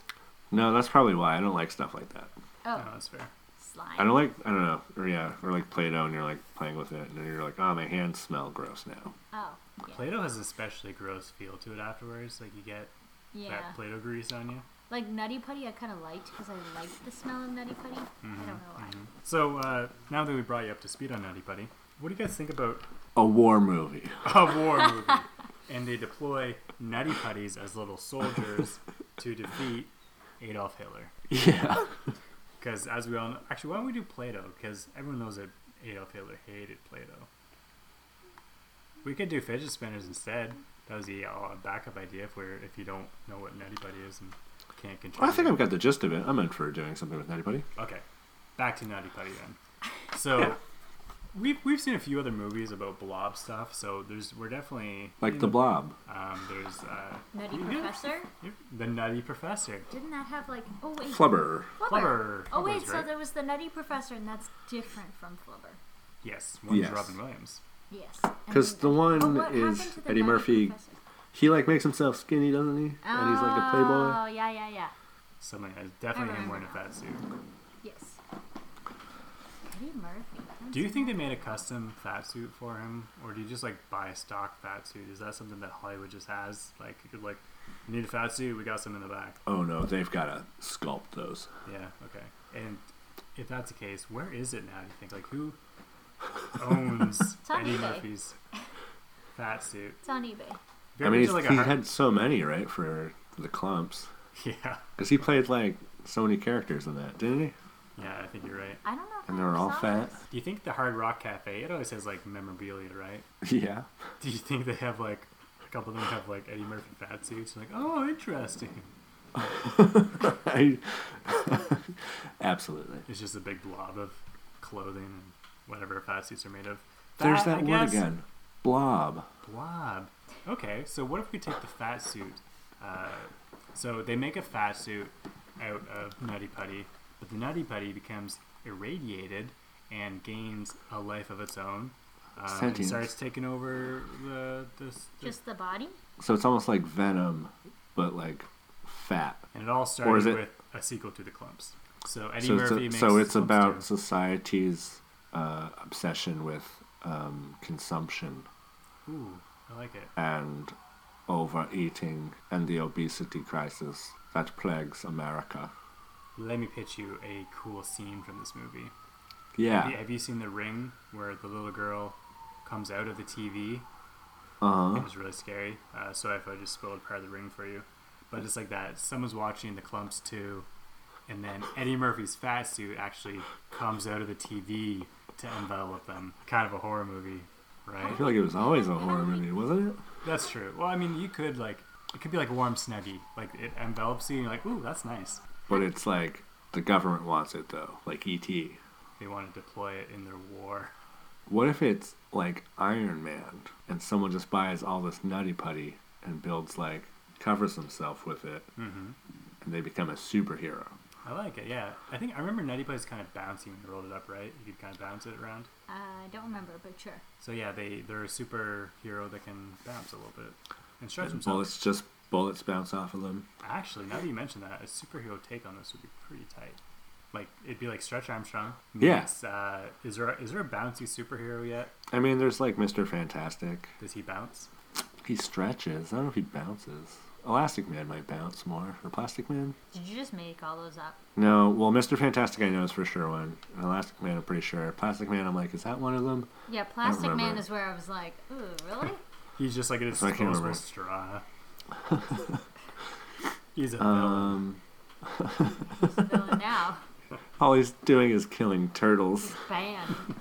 [SPEAKER 3] No, that's probably why I don't like stuff like that.
[SPEAKER 5] Oh,
[SPEAKER 1] No, that's fair.
[SPEAKER 5] slime.
[SPEAKER 3] I don't like I don't know or yeah or like Play-Doh and you're like playing with it and then you're like oh my hands smell gross now.
[SPEAKER 5] Oh, yeah.
[SPEAKER 1] Play-Doh has an especially gross feel to it afterwards. Like you get
[SPEAKER 5] yeah.
[SPEAKER 1] that Play-Doh grease on you.
[SPEAKER 5] Like Nutty Putty, I kind of liked because I liked the smell of Nutty Putty.
[SPEAKER 1] Mm-hmm.
[SPEAKER 5] I don't know why.
[SPEAKER 1] So uh, now that we brought you up to speed on Nutty Buddy, what do you guys think about
[SPEAKER 3] A war movie.
[SPEAKER 1] a war movie? And they deploy Nutty Putties as little soldiers to defeat Adolf Hitler.
[SPEAKER 3] Yeah.
[SPEAKER 1] Because as we all know, actually, why don't we do Plato? Because everyone knows that Adolf Hitler hated Plato. We could do fidget spinners instead. That was a, a backup idea if we're if you don't know what Nutty Buddy is and can't control.
[SPEAKER 3] I think I've got the gist of it. I'm in for doing something with Nutty Buddy.
[SPEAKER 1] Okay, back to Nutty Putty then. So we've we've seen a few other movies about blob stuff. So there's we're definitely
[SPEAKER 3] Like the blob.
[SPEAKER 1] um, there's uh,
[SPEAKER 5] Nutty
[SPEAKER 1] Yeah.
[SPEAKER 5] Professor?
[SPEAKER 1] the Nutty Professor.
[SPEAKER 5] Didn't that have like. Oh, wait.
[SPEAKER 3] Flubber.
[SPEAKER 1] Flubber.
[SPEAKER 5] Oh,
[SPEAKER 1] Flubber's
[SPEAKER 5] wait, so
[SPEAKER 1] great.
[SPEAKER 5] there was the Nutty Professor, and that's different from Flubber.
[SPEAKER 1] Yes, one's
[SPEAKER 3] Yes.
[SPEAKER 1] Robin Williams.
[SPEAKER 5] Yes.
[SPEAKER 3] 'Cause the one
[SPEAKER 5] Oh, what happened
[SPEAKER 3] is
[SPEAKER 5] to the
[SPEAKER 3] Eddie
[SPEAKER 5] Nutty
[SPEAKER 3] Murphy,
[SPEAKER 5] Professor?
[SPEAKER 3] He like makes himself skinny, doesn't he? And he's like a playboy.
[SPEAKER 1] Ah.
[SPEAKER 5] Oh, yeah, yeah, yeah.
[SPEAKER 1] Something that is definitely him wearing
[SPEAKER 5] remember
[SPEAKER 1] a
[SPEAKER 5] now.
[SPEAKER 1] fat suit.
[SPEAKER 5] Yes. Eddie Murphy.
[SPEAKER 1] Do you think they made a custom fat suit for him, or do you just like buy a stock fat suit? Is that something that Hollywood just has? Like, you could like need a fat suit, we got some in the back.
[SPEAKER 3] Oh no, they've got to sculpt those.
[SPEAKER 1] Yeah, okay. And if that's the case, where is it now? Do you think like who owns
[SPEAKER 5] on
[SPEAKER 1] Eddie
[SPEAKER 5] eBay.
[SPEAKER 1] Murphy's fat suit?
[SPEAKER 5] It's on eBay.
[SPEAKER 1] Have you
[SPEAKER 3] I
[SPEAKER 1] ever
[SPEAKER 3] mean,
[SPEAKER 1] been
[SPEAKER 3] he's,
[SPEAKER 1] to, like,
[SPEAKER 3] he
[SPEAKER 1] a har-
[SPEAKER 3] had so many, right, for the clumps.
[SPEAKER 1] yeah,
[SPEAKER 3] Because he played like so many characters in that, didn't he?
[SPEAKER 1] yeah. I think you're right.
[SPEAKER 5] I don't know. If
[SPEAKER 3] And
[SPEAKER 5] I
[SPEAKER 3] they were
[SPEAKER 5] ever
[SPEAKER 3] all
[SPEAKER 5] saw
[SPEAKER 3] fat.
[SPEAKER 5] this.
[SPEAKER 1] Do you think the Hard Rock Cafe? It always has like memorabilia, right?
[SPEAKER 3] Yeah.
[SPEAKER 1] Do you think they have like a couple of them have like Eddie Murphy fat suits? Like, oh, interesting.
[SPEAKER 3] I, absolutely.
[SPEAKER 1] It's just a big blob of clothing and whatever fat suits are made of.
[SPEAKER 3] There's
[SPEAKER 1] Fat,
[SPEAKER 3] that
[SPEAKER 1] I
[SPEAKER 3] word
[SPEAKER 1] guess.
[SPEAKER 3] again. Blob.
[SPEAKER 1] Blob. Okay, so what if we take the fat suit? Uh, so they make a fat suit out of Nutty Putty, but the Nutty Putty becomes irradiated and gains a life of its own. Um, and
[SPEAKER 3] Sentience.
[SPEAKER 1] starts taking over the, this,
[SPEAKER 5] Just the body?
[SPEAKER 3] So it's almost like venom, but like fat.
[SPEAKER 1] and it all
[SPEAKER 3] Or is
[SPEAKER 1] started
[SPEAKER 3] it-
[SPEAKER 1] with a sequel to the Clumps. So Eddie
[SPEAKER 3] So it's,
[SPEAKER 1] Murphy
[SPEAKER 3] a,
[SPEAKER 1] makes
[SPEAKER 3] so it's
[SPEAKER 1] Clumps
[SPEAKER 3] about
[SPEAKER 1] too.
[SPEAKER 3] society's uh, obsession with um, consumption
[SPEAKER 1] Ooh, I like it.
[SPEAKER 3] and overeating and the obesity crisis that plagues America.
[SPEAKER 1] Let me pitch you a cool scene from this movie. Have you-
[SPEAKER 3] Yeah.
[SPEAKER 1] Have you seen The Ring, where the little girl comes out of the TV
[SPEAKER 3] Uh huh.
[SPEAKER 1] It was really scary. Uh, sorry if I just spoiled part of the ring for you. But it's like that. Someone's watching the clumps too, and then Eddie Murphy's fat suit actually comes out of the TV to envelop them. Kind of a horror movie,
[SPEAKER 3] I
[SPEAKER 1] right?
[SPEAKER 3] feel like it was always a horror movie, wasn't it?
[SPEAKER 1] That's true. Well, I mean, you could like it could be like warm snuggy, like it envelops you, and you're like, ooh, that's nice.
[SPEAKER 3] But it's like the government wants it though, like E E.T.
[SPEAKER 1] They want to deploy it in their war.
[SPEAKER 3] What if it's like Iron Man and someone just buys all this nutty putty and builds like covers himself with it and they become a superhero?
[SPEAKER 1] I like it. Yeah, I think I remember Nutty Buddy's kind of bouncy when you rolled it up, right? You could kind of bounce it around.
[SPEAKER 5] Uh, I don't remember, but sure.
[SPEAKER 1] So yeah, they they're a superhero that can bounce a little bit and stretch
[SPEAKER 3] And
[SPEAKER 1] themselves.
[SPEAKER 3] bullets just bullets bounce off of them.
[SPEAKER 1] Actually, now that you mention that, a superhero take on this would be pretty tight. Like it'd be like Stretch Armstrong.
[SPEAKER 3] Yeah.
[SPEAKER 1] meets, Uh, is there is there a bouncy superhero yet?
[SPEAKER 3] I mean, there's like Mr. Fantastic.
[SPEAKER 1] Does he bounce?
[SPEAKER 3] He stretches. I don't know if he bounces. Elastic Man might bounce more. Or Plastic Man?
[SPEAKER 5] Did you just make all those up?
[SPEAKER 3] No. Well, Mr. Fantastic I know is for sure one. And Elastic Man I'm pretty sure. Plastic Man I'm like, is that one of them?
[SPEAKER 5] Yeah, Plastic Man
[SPEAKER 3] remember.
[SPEAKER 5] is where I was like, ooh, really?
[SPEAKER 1] He's just like a
[SPEAKER 3] I can't remember.
[SPEAKER 1] disposable straw. He's a villain.
[SPEAKER 3] Um,
[SPEAKER 5] He's a villain now.
[SPEAKER 3] all he's doing is killing turtles.
[SPEAKER 5] He's banned.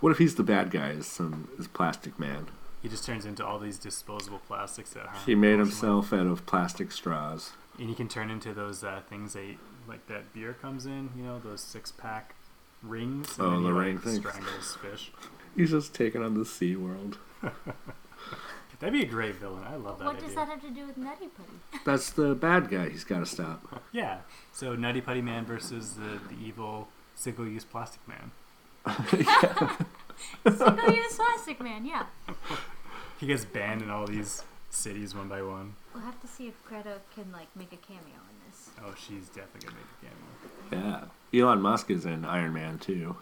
[SPEAKER 3] What if he's the bad guy? Is some is Plastic Man?
[SPEAKER 1] He just turns into all these disposable plastics that harm
[SPEAKER 3] He made
[SPEAKER 1] people.
[SPEAKER 3] himself out of plastic straws.
[SPEAKER 1] and he can turn into those uh, things that like that beer comes in. You know those six pack rings. and
[SPEAKER 3] Oh,
[SPEAKER 1] then
[SPEAKER 3] the
[SPEAKER 1] he,
[SPEAKER 3] ring
[SPEAKER 1] like,
[SPEAKER 3] things.
[SPEAKER 1] strangles fish.
[SPEAKER 3] He's just taking on the Sea World.
[SPEAKER 1] That'd be a great villain. I love that
[SPEAKER 5] what
[SPEAKER 1] idea.
[SPEAKER 5] does that have to do with Nutty Putty?
[SPEAKER 3] That's the bad guy. He's got to stop.
[SPEAKER 1] Yeah. So Nutty Putty Man versus the, the evil single use plastic man.
[SPEAKER 5] Single use Plastic Man, yeah.
[SPEAKER 1] He gets banned in all these cities one by one.
[SPEAKER 5] We'll have to see if Greta can, like, make a cameo in this.
[SPEAKER 1] Oh, she's definitely gonna make a cameo.
[SPEAKER 3] Yeah. Elon Musk is in Iron Man too.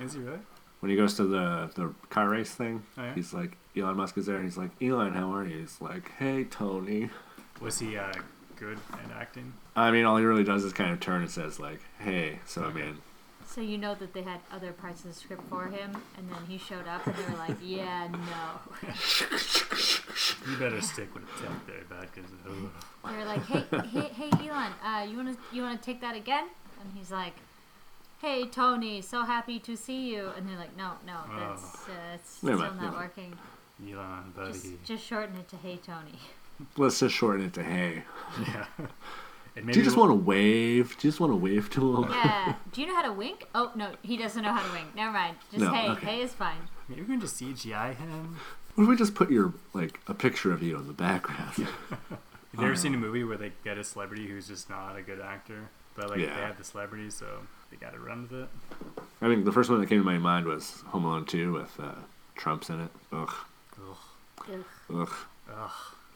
[SPEAKER 1] Is he really?
[SPEAKER 3] When he goes to the the car race thing,
[SPEAKER 1] Oh, yeah?
[SPEAKER 3] he's like Elon Musk is there, and he's like Elon, how are you? He's like, Hey Tony.
[SPEAKER 1] Was he uh, good at acting.
[SPEAKER 3] I mean, all he really does is kind of turn and says like, "Hey." So I mean,
[SPEAKER 5] So you know that they had other parts of the script for him, and then he showed up, and they were like, "Yeah, no."
[SPEAKER 1] You better stick with the tech there, bud, uh, because
[SPEAKER 5] They were like, "Hey, hey, hey, Elon, uh, you wanna you wanna take that again?" And he's like, "Hey, Tony, so happy to see you." And they're like, "No, no,
[SPEAKER 1] Oh.
[SPEAKER 5] that's uh, it's still
[SPEAKER 3] Never mind,
[SPEAKER 5] not
[SPEAKER 3] never mind.
[SPEAKER 5] working.
[SPEAKER 1] Elon, buddy.
[SPEAKER 5] Just just shorten it to Hey, Tony."
[SPEAKER 3] let's just shorten it to "Hey."
[SPEAKER 1] yeah. And
[SPEAKER 3] Do you just
[SPEAKER 1] we'll-
[SPEAKER 3] want to wave? Do you just want to wave to him?
[SPEAKER 5] Yeah. Do you know how to wink? Oh no, he doesn't know how to wink. Never mind. Just
[SPEAKER 3] No,
[SPEAKER 5] hey,
[SPEAKER 3] okay.
[SPEAKER 5] hey is fine.
[SPEAKER 1] Maybe we can just CGI him.
[SPEAKER 3] What if we just put your like a picture of you in the background? Oh,
[SPEAKER 1] Have you ever seen a movie where they get a celebrity who's just not a good actor, but like they
[SPEAKER 3] Yeah.
[SPEAKER 1] have the celebrity, so they got to run with it?
[SPEAKER 3] I think the first one that came to my mind was Home Alone 2 with uh, Trump's in it. Ugh,
[SPEAKER 1] Ugh.
[SPEAKER 5] Ugh.
[SPEAKER 3] ugh.
[SPEAKER 1] Ugh.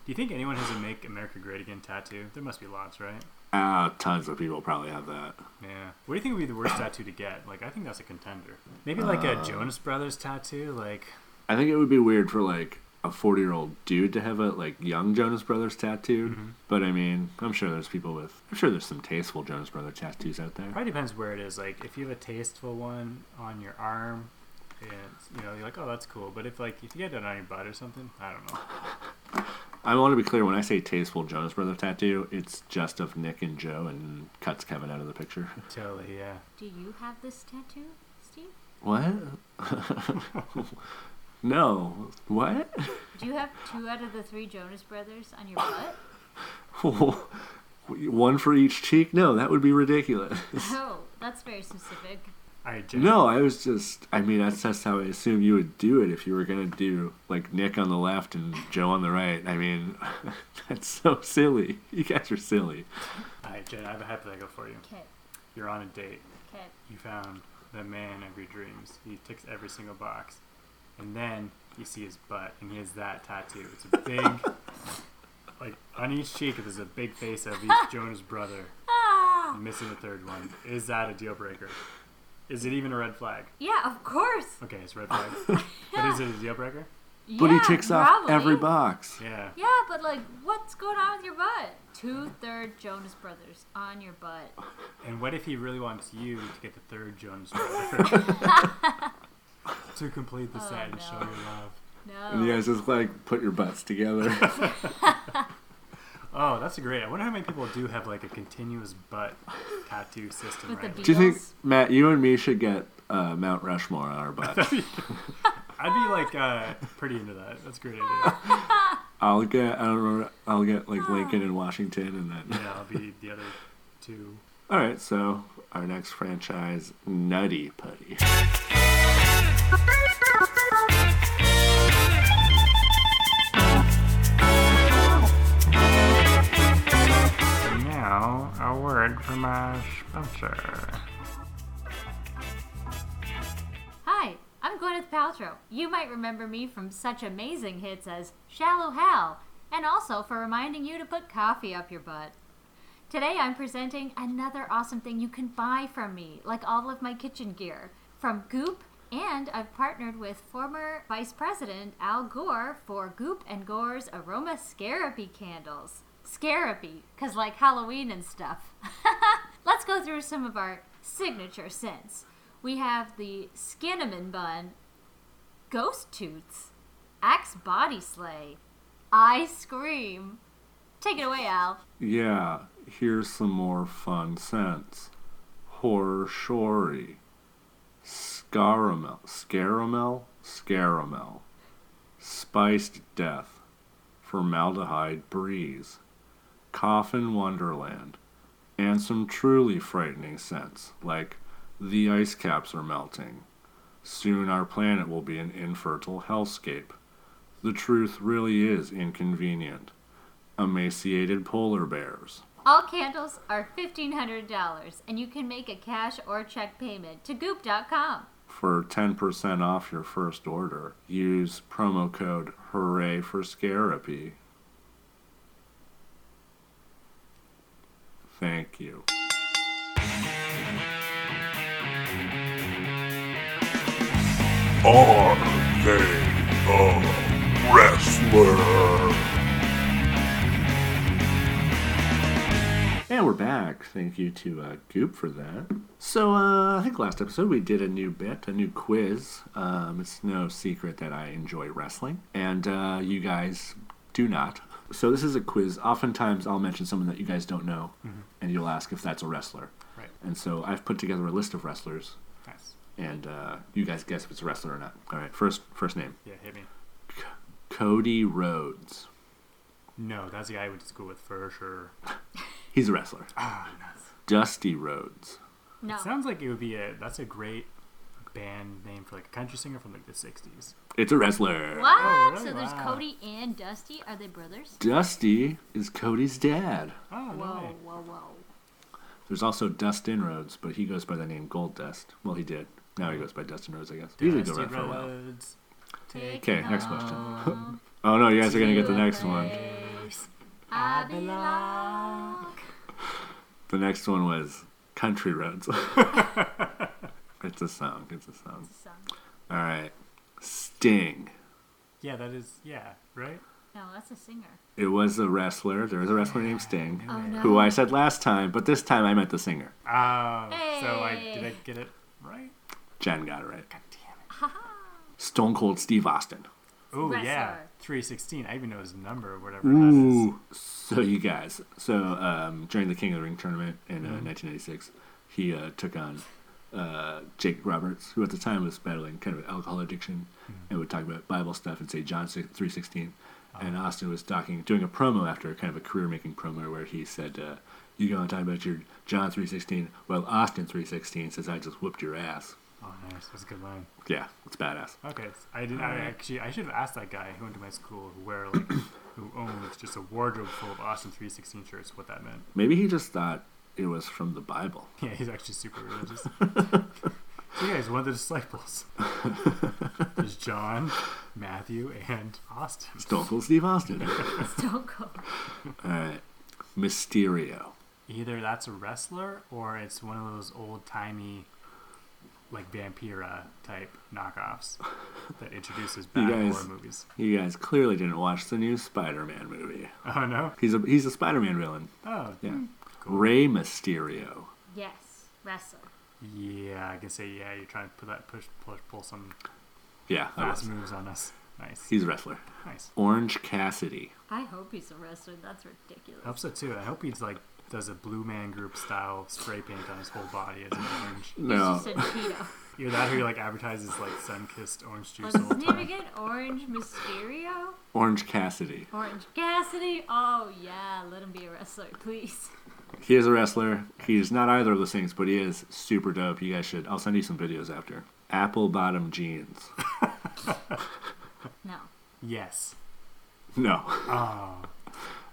[SPEAKER 1] Do you think anyone has a "Make America Great Again" tattoo? There must be lots, right?
[SPEAKER 3] Ah, tons of people probably have that.
[SPEAKER 1] Yeah. What do you think would be the worst tattoo to get? Like, I think that's a contender. Maybe like
[SPEAKER 3] Um.
[SPEAKER 1] a Jonas Brothers tattoo. Like,
[SPEAKER 3] I think it would be weird for like a 40 year old dude to have a like young Jonas Brothers tattoo. But I mean, I'm sure there's people with, I'm sure there's some tasteful Jonas Brothers tattoos out there.
[SPEAKER 1] probably depends where it is. Like, if you have a tasteful one on your arm, and you know, you're like, oh, that's cool. But if like if you get it on your butt or something, I don't know.
[SPEAKER 3] I want to be clear when I say tasteful Jonas Brothers tattoo, it's just of Nick and Joe and cuts Kevin out of the picture.
[SPEAKER 1] Totally, yeah.
[SPEAKER 5] Do you have this tattoo, Steve?
[SPEAKER 3] What? no. What?
[SPEAKER 5] Do you have two out of the three Jonas Brothers on your butt?
[SPEAKER 3] One for each cheek? No, that would be ridiculous.
[SPEAKER 5] Oh, that's very specific.
[SPEAKER 1] All right, Jen.
[SPEAKER 3] No, I was just. I mean, that's just how I assume you would do it if you were gonna do like Nick on the left and Joe on the right. I mean, that's so silly. You guys are silly.
[SPEAKER 1] All right, Jen. I have a hypothetical for you.
[SPEAKER 5] Okay,
[SPEAKER 1] You're on a date.
[SPEAKER 5] okay.
[SPEAKER 1] You found the man of your dreams. He ticks every single box, and then you see his butt, and he has that tattoo. It's a big, like on each cheek. There's a big face of each Jonas brother.
[SPEAKER 5] Ah,
[SPEAKER 1] I'm missing the third one. Is that a deal breaker? Is it even a red flag?
[SPEAKER 5] yeah, of course.
[SPEAKER 1] Okay, it's a red flag. but is it a deal breaker?
[SPEAKER 3] But
[SPEAKER 5] yeah,
[SPEAKER 3] he ticks off
[SPEAKER 5] probably.
[SPEAKER 3] every box.
[SPEAKER 1] Yeah.
[SPEAKER 5] Yeah, but like, what's going on with your butt? Two third Jonas Brothers on your butt.
[SPEAKER 1] And what if he really wants you to get the third Jones brother? to complete the
[SPEAKER 5] Oh,
[SPEAKER 1] set and show
[SPEAKER 5] no.
[SPEAKER 1] your love.
[SPEAKER 5] No.
[SPEAKER 3] And you guys just like put your butts together.
[SPEAKER 1] Oh, that's great. I wonder how many people do have like a continuous butt tattoo system
[SPEAKER 5] With the
[SPEAKER 1] right
[SPEAKER 5] beak.
[SPEAKER 3] do you think Matt, you and me should get uh, Mount Rushmore on our butts?
[SPEAKER 1] I'd be like uh, pretty into that. That's a great idea.
[SPEAKER 3] I'll get. I don't remember. I'll get like Lincoln and Washington, and then.
[SPEAKER 1] Yeah, I'll be the other two.
[SPEAKER 3] All right, so our next franchise, Nutty Putty.
[SPEAKER 1] Now, a word from our sponsor.
[SPEAKER 5] Hi, I'm Gwyneth Paltrow. You might remember me from such amazing hits as Shallow Hal, and also for reminding you to put coffee up your butt. Today I'm presenting another awesome thing you can buy from me, like all of my kitchen gear from Goop, and I've partnered with former Vice President Al Gore for Goop and Gore's Aroma Scarapy candles. Scarapy, 'cause like Halloween and stuff. Let's go through some of our signature scents. We have the Skinnamin Bun, Ghost Toots, Axe Body Slay, I Scream. Take it away, Al.
[SPEAKER 3] Yeah, here's some more fun scents. Horror Shory. Scaramel. Scaramel? Scaramel. Spiced Death. Formaldehyde Breeze. Coffin Wonderland. And some truly frightening scents, like the ice caps are melting. Soon our planet will be an infertile hellscape. The truth really is inconvenient. Emaciated polar bears.
[SPEAKER 5] All candles are $1,500, and you can make a cash or check payment to goop.com.
[SPEAKER 3] For 10% off your first order, use promo code Hooray for Scarapy. Thank you.
[SPEAKER 7] Are they a wrestler?
[SPEAKER 3] And we're back. Thank you to uh, Goop for that. So uh, I think last episode we did a new bit, a new quiz. Um, it's no secret that I enjoy wrestling, and uh, you guys do not. So this is a quiz. Oftentimes I'll mention someone that you guys don't know, and you'll ask if that's a wrestler.
[SPEAKER 1] Right.
[SPEAKER 3] And so I've put together a list of wrestlers,
[SPEAKER 1] Nice.
[SPEAKER 3] and uh, you guys guess if it's a wrestler or not. All right. First, first name
[SPEAKER 1] Yeah, hit me.
[SPEAKER 3] Cody Rhodes.
[SPEAKER 1] No, that's the guy I went to school with for sure.
[SPEAKER 3] He's a wrestler.
[SPEAKER 1] Ah, nice.
[SPEAKER 3] Dusty Rhodes.
[SPEAKER 5] No.
[SPEAKER 1] Sounds like it would be a. That's a great band name for like a country singer from like the '60s.
[SPEAKER 3] It's a wrestler.
[SPEAKER 5] What?
[SPEAKER 1] Oh, really?
[SPEAKER 5] So there's
[SPEAKER 1] Wow.
[SPEAKER 5] Cody and Dusty. Are they brothers?
[SPEAKER 3] Dusty is Cody's dad.
[SPEAKER 1] Oh, no way.
[SPEAKER 5] Whoa, whoa, whoa.
[SPEAKER 3] There's also Dustin Rhodes, but he goes by the name Gold Dust. Well, he did. Now he goes by Dustin Rhodes, I guess. He's a good
[SPEAKER 1] Dusty
[SPEAKER 3] run for a while.
[SPEAKER 1] Rhodes.
[SPEAKER 5] Take
[SPEAKER 3] Okay, next
[SPEAKER 5] off
[SPEAKER 3] question. Oh no, you guys are gonna get the
[SPEAKER 5] your
[SPEAKER 3] next one.
[SPEAKER 5] face. I belong.
[SPEAKER 3] The next one was Country Roads. it's a song. It's a song.
[SPEAKER 5] So,
[SPEAKER 3] All right, Sting.
[SPEAKER 1] Yeah, that is. Yeah, right.
[SPEAKER 5] no, that's a singer.
[SPEAKER 3] It was a wrestler. There was a wrestler named Sting,
[SPEAKER 5] Oh no.
[SPEAKER 3] who I said last time, but this time I meant the singer.
[SPEAKER 1] Oh, so I did I
[SPEAKER 5] Hey.
[SPEAKER 1] get it right?
[SPEAKER 3] Jen got it right.
[SPEAKER 1] God damn
[SPEAKER 3] Stone Cold Steve Austin.
[SPEAKER 1] it! Oh yeah,
[SPEAKER 5] Wrestler.
[SPEAKER 1] three sixteen. I even know his number or whatever. That is.
[SPEAKER 3] Ooh. So you guys, so um, during the King of the Ring tournament in uh, 1986, he uh, took on uh, Jake Roberts, who at the time was battling kind of an alcohol addiction, and would talk about Bible stuff and say John si- 3:16. And Austin was talking, doing a promo after kind of a career-making promo where he said, uh, "You go and talk about your John 3:16." Well, Austin 3:16 says, "I just whooped your ass."
[SPEAKER 1] Oh nice, that's a good line.
[SPEAKER 3] Yeah, it's badass.
[SPEAKER 1] Okay, s- I didn't. I actually I should have asked that guy who went to my school who wear like who owns just a wardrobe full of Austin three sixteen shirts. What that meant.
[SPEAKER 3] Maybe he just thought it was from the Bible.
[SPEAKER 1] Yeah, he's actually super religious. so yeah, he's one of the disciples. There's John, Matthew, and Austin.
[SPEAKER 3] Stone Cold Steve Austin.
[SPEAKER 5] Stone Cold.
[SPEAKER 3] All right, Mysterio.
[SPEAKER 1] Either that's a wrestler or it's one of those old timey, like Vampira type knockoffs that introduces bad
[SPEAKER 3] guys-
[SPEAKER 1] horror movies.
[SPEAKER 3] You guys clearly didn't watch the new Spider-Man movie.
[SPEAKER 1] Oh no!
[SPEAKER 3] He's a he's a Spider-Man villain.
[SPEAKER 1] Oh
[SPEAKER 3] Yeah.
[SPEAKER 1] Cool.
[SPEAKER 3] Rey Mysterio.
[SPEAKER 5] Yes, wrestler.
[SPEAKER 1] yeah, I can say yeah. You're trying to put that push push pull some
[SPEAKER 3] Yeah, that
[SPEAKER 1] fast
[SPEAKER 3] was-
[SPEAKER 1] moves on us. Nice,
[SPEAKER 3] he's a wrestler.
[SPEAKER 1] nice.
[SPEAKER 3] Orange Cassidy.
[SPEAKER 5] I hope he's a wrestler. That's ridiculous.
[SPEAKER 1] I hope so too. I hope he's like does a Blue Man Group style spray paint on his whole body as an orange.
[SPEAKER 3] No,
[SPEAKER 5] It's just a Cheeto.
[SPEAKER 1] Either that or he like advertises like sun kissed orange juice
[SPEAKER 5] What's
[SPEAKER 1] all the
[SPEAKER 5] his name
[SPEAKER 1] time.
[SPEAKER 5] again? Orange Mysterio?
[SPEAKER 3] Orange Cassidy.
[SPEAKER 5] Orange Cassidy? Oh, yeah. Let him be a wrestler, please.
[SPEAKER 3] He is a wrestler. He's not either of those things, but he is super dope. You guys should. I'll send you some videos after. Apple bottom jeans.
[SPEAKER 5] No.
[SPEAKER 1] Yes.
[SPEAKER 3] No, I
[SPEAKER 1] Oh,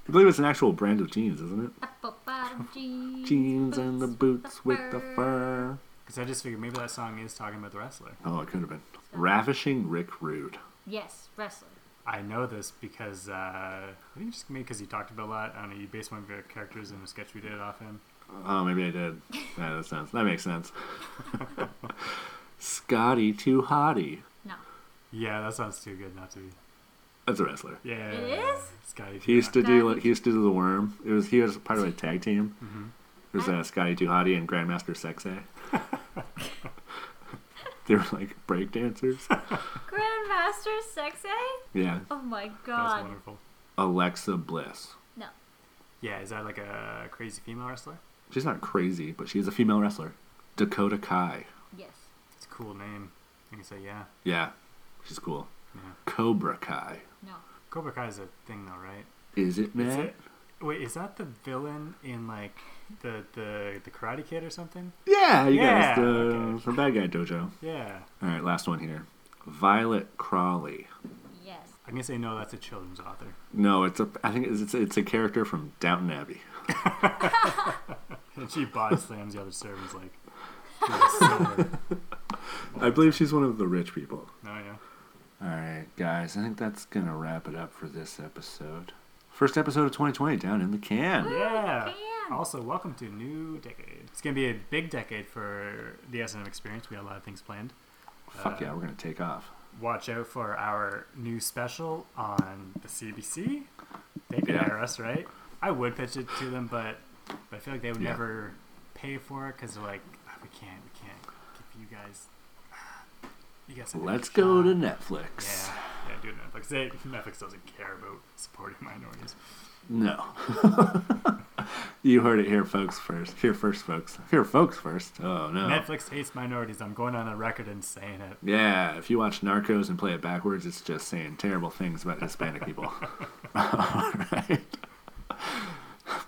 [SPEAKER 3] believe it's an actual brand of jeans, isn't it?
[SPEAKER 5] Apple bottom jeans.
[SPEAKER 3] Jeans and the boots with the
[SPEAKER 5] fur.
[SPEAKER 3] fur.
[SPEAKER 1] because I just figured maybe that song is talking about the wrestler.
[SPEAKER 3] Oh, it could have been. Ravishing Rick Rude.
[SPEAKER 5] Yes, wrestler.
[SPEAKER 1] I know this because uh, I think just maybe because you talked about a lot. I don't know. You based one of your characters in a sketch we did off him.
[SPEAKER 3] Oh, maybe I did. Yeah, that sounds. That makes sense. Scotty Too Hottie.
[SPEAKER 5] No.
[SPEAKER 1] Yeah, that sounds too good not to be.
[SPEAKER 3] That's a wrestler.
[SPEAKER 1] Yeah,
[SPEAKER 5] It is?
[SPEAKER 1] Scotty.
[SPEAKER 3] He used to do. He used to do the worm. It was. He was part of a tag team.
[SPEAKER 1] Mm-hmm.
[SPEAKER 3] It was uh, Scotty Too Hottie and Grandmaster Sexay. they were like break dancers.
[SPEAKER 5] Grandmaster Sexay?
[SPEAKER 3] Yeah.
[SPEAKER 5] Oh my
[SPEAKER 1] That's
[SPEAKER 5] god.
[SPEAKER 1] wonderful.
[SPEAKER 3] Alexa Bliss.
[SPEAKER 5] No.
[SPEAKER 1] Yeah, is that like a crazy female wrestler?
[SPEAKER 3] She's not crazy, but she's a female wrestler. Dakota Kai.
[SPEAKER 5] Yes.
[SPEAKER 1] It's a cool name. I can say yeah.
[SPEAKER 3] Yeah, she's cool.
[SPEAKER 1] Yeah.
[SPEAKER 3] Cobra Kai.
[SPEAKER 5] No.
[SPEAKER 1] Cobra Kai is a thing though, right?
[SPEAKER 3] Is it Matt?
[SPEAKER 1] Is it? Wait, is that the villain in like the the the Karate Kid or something?
[SPEAKER 3] Yeah, you
[SPEAKER 1] Yeah,
[SPEAKER 3] guys. Uh,
[SPEAKER 1] okay.
[SPEAKER 3] From Bad Guy Dojo.
[SPEAKER 1] Yeah.
[SPEAKER 3] All right, last one here. Violet Crawley.
[SPEAKER 5] Yes.
[SPEAKER 1] I'm gonna say no. That's a children's author.
[SPEAKER 3] No, it's a. I think it's it's, it's a character from Downton Abbey.
[SPEAKER 1] And she body slams the other servants like. through the silver.
[SPEAKER 3] I believe she's one of the rich people.
[SPEAKER 1] no, Oh, yeah.
[SPEAKER 3] All right, guys. I think that's gonna wrap it up for this episode. First episode of 2020 down in the can.
[SPEAKER 1] Yeah.
[SPEAKER 5] Damn.
[SPEAKER 1] Also, welcome to a new decade. It's gonna be a big decade for the S&M experience. We got a lot of things planned.
[SPEAKER 3] Fuck yeah, we're gonna take off.
[SPEAKER 1] Watch out for our new special on the CBC. They could
[SPEAKER 3] Yeah.
[SPEAKER 1] air us, right? I would pitch it to them, but But I feel like they would
[SPEAKER 3] Yeah.
[SPEAKER 1] never pay for it because they're like, "Ah, we can't, we can't give you guys. You guys have
[SPEAKER 3] Let's
[SPEAKER 1] shot."
[SPEAKER 3] go to
[SPEAKER 1] Yeah,
[SPEAKER 3] Netflix.
[SPEAKER 1] yeah, do Netflix. They, Netflix doesn't care about supporting minorities.
[SPEAKER 3] No. you heard it here, folks, first. Here, first, folks. Here, folks, first. Oh, no.
[SPEAKER 1] Netflix hates minorities. I'm going on a record and saying it.
[SPEAKER 3] Yeah, if you watch Narcos and play it backwards, it's just saying terrible things about Hispanic people. All right.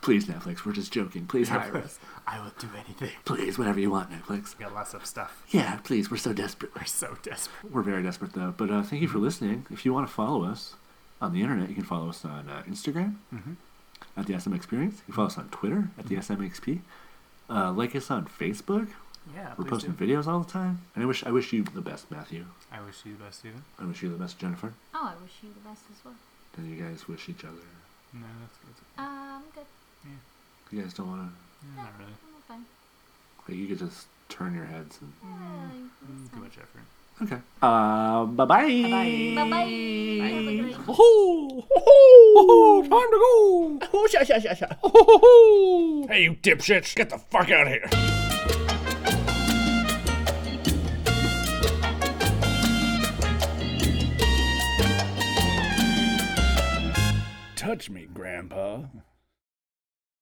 [SPEAKER 3] Please, Netflix, we're just joking. Please hire us.
[SPEAKER 1] I will do anything.
[SPEAKER 3] Please, whatever you want, Netflix.
[SPEAKER 1] We got lots of stuff.
[SPEAKER 3] Yeah, please, we're so desperate.
[SPEAKER 1] We're so desperate.
[SPEAKER 3] We're very desperate, though. But uh, thank you for listening. If you want to follow us on the internet, you can follow us on uh, Instagram at the SM Experience. You can follow us on Twitter at the SMXP. Uh, like us on Facebook.
[SPEAKER 1] Yeah,
[SPEAKER 3] We're
[SPEAKER 1] please
[SPEAKER 3] posting
[SPEAKER 1] do.
[SPEAKER 3] videos all the time. And I wish I wish you the best, Matthew.
[SPEAKER 1] I wish you the best, Steven.
[SPEAKER 3] I wish you the best, Jennifer.
[SPEAKER 5] Oh, I wish you the best as well.
[SPEAKER 3] And you guys wish each other.
[SPEAKER 1] No, that's good.
[SPEAKER 5] Um, good.
[SPEAKER 3] You guys don't want
[SPEAKER 1] Yeah, not really.
[SPEAKER 5] I'm fine.
[SPEAKER 3] to. Like, you could just turn your heads and.
[SPEAKER 5] Mm.
[SPEAKER 1] Mm, Too much effort.
[SPEAKER 3] Okay. Uh, bye bye.
[SPEAKER 5] Bye bye. Have a good night.
[SPEAKER 6] Ho ho! Time to go! Ho sha sha sha sha! Ho ho ho! Hey, you dipshits! Get the fuck out of here! Touch me, Grandpa.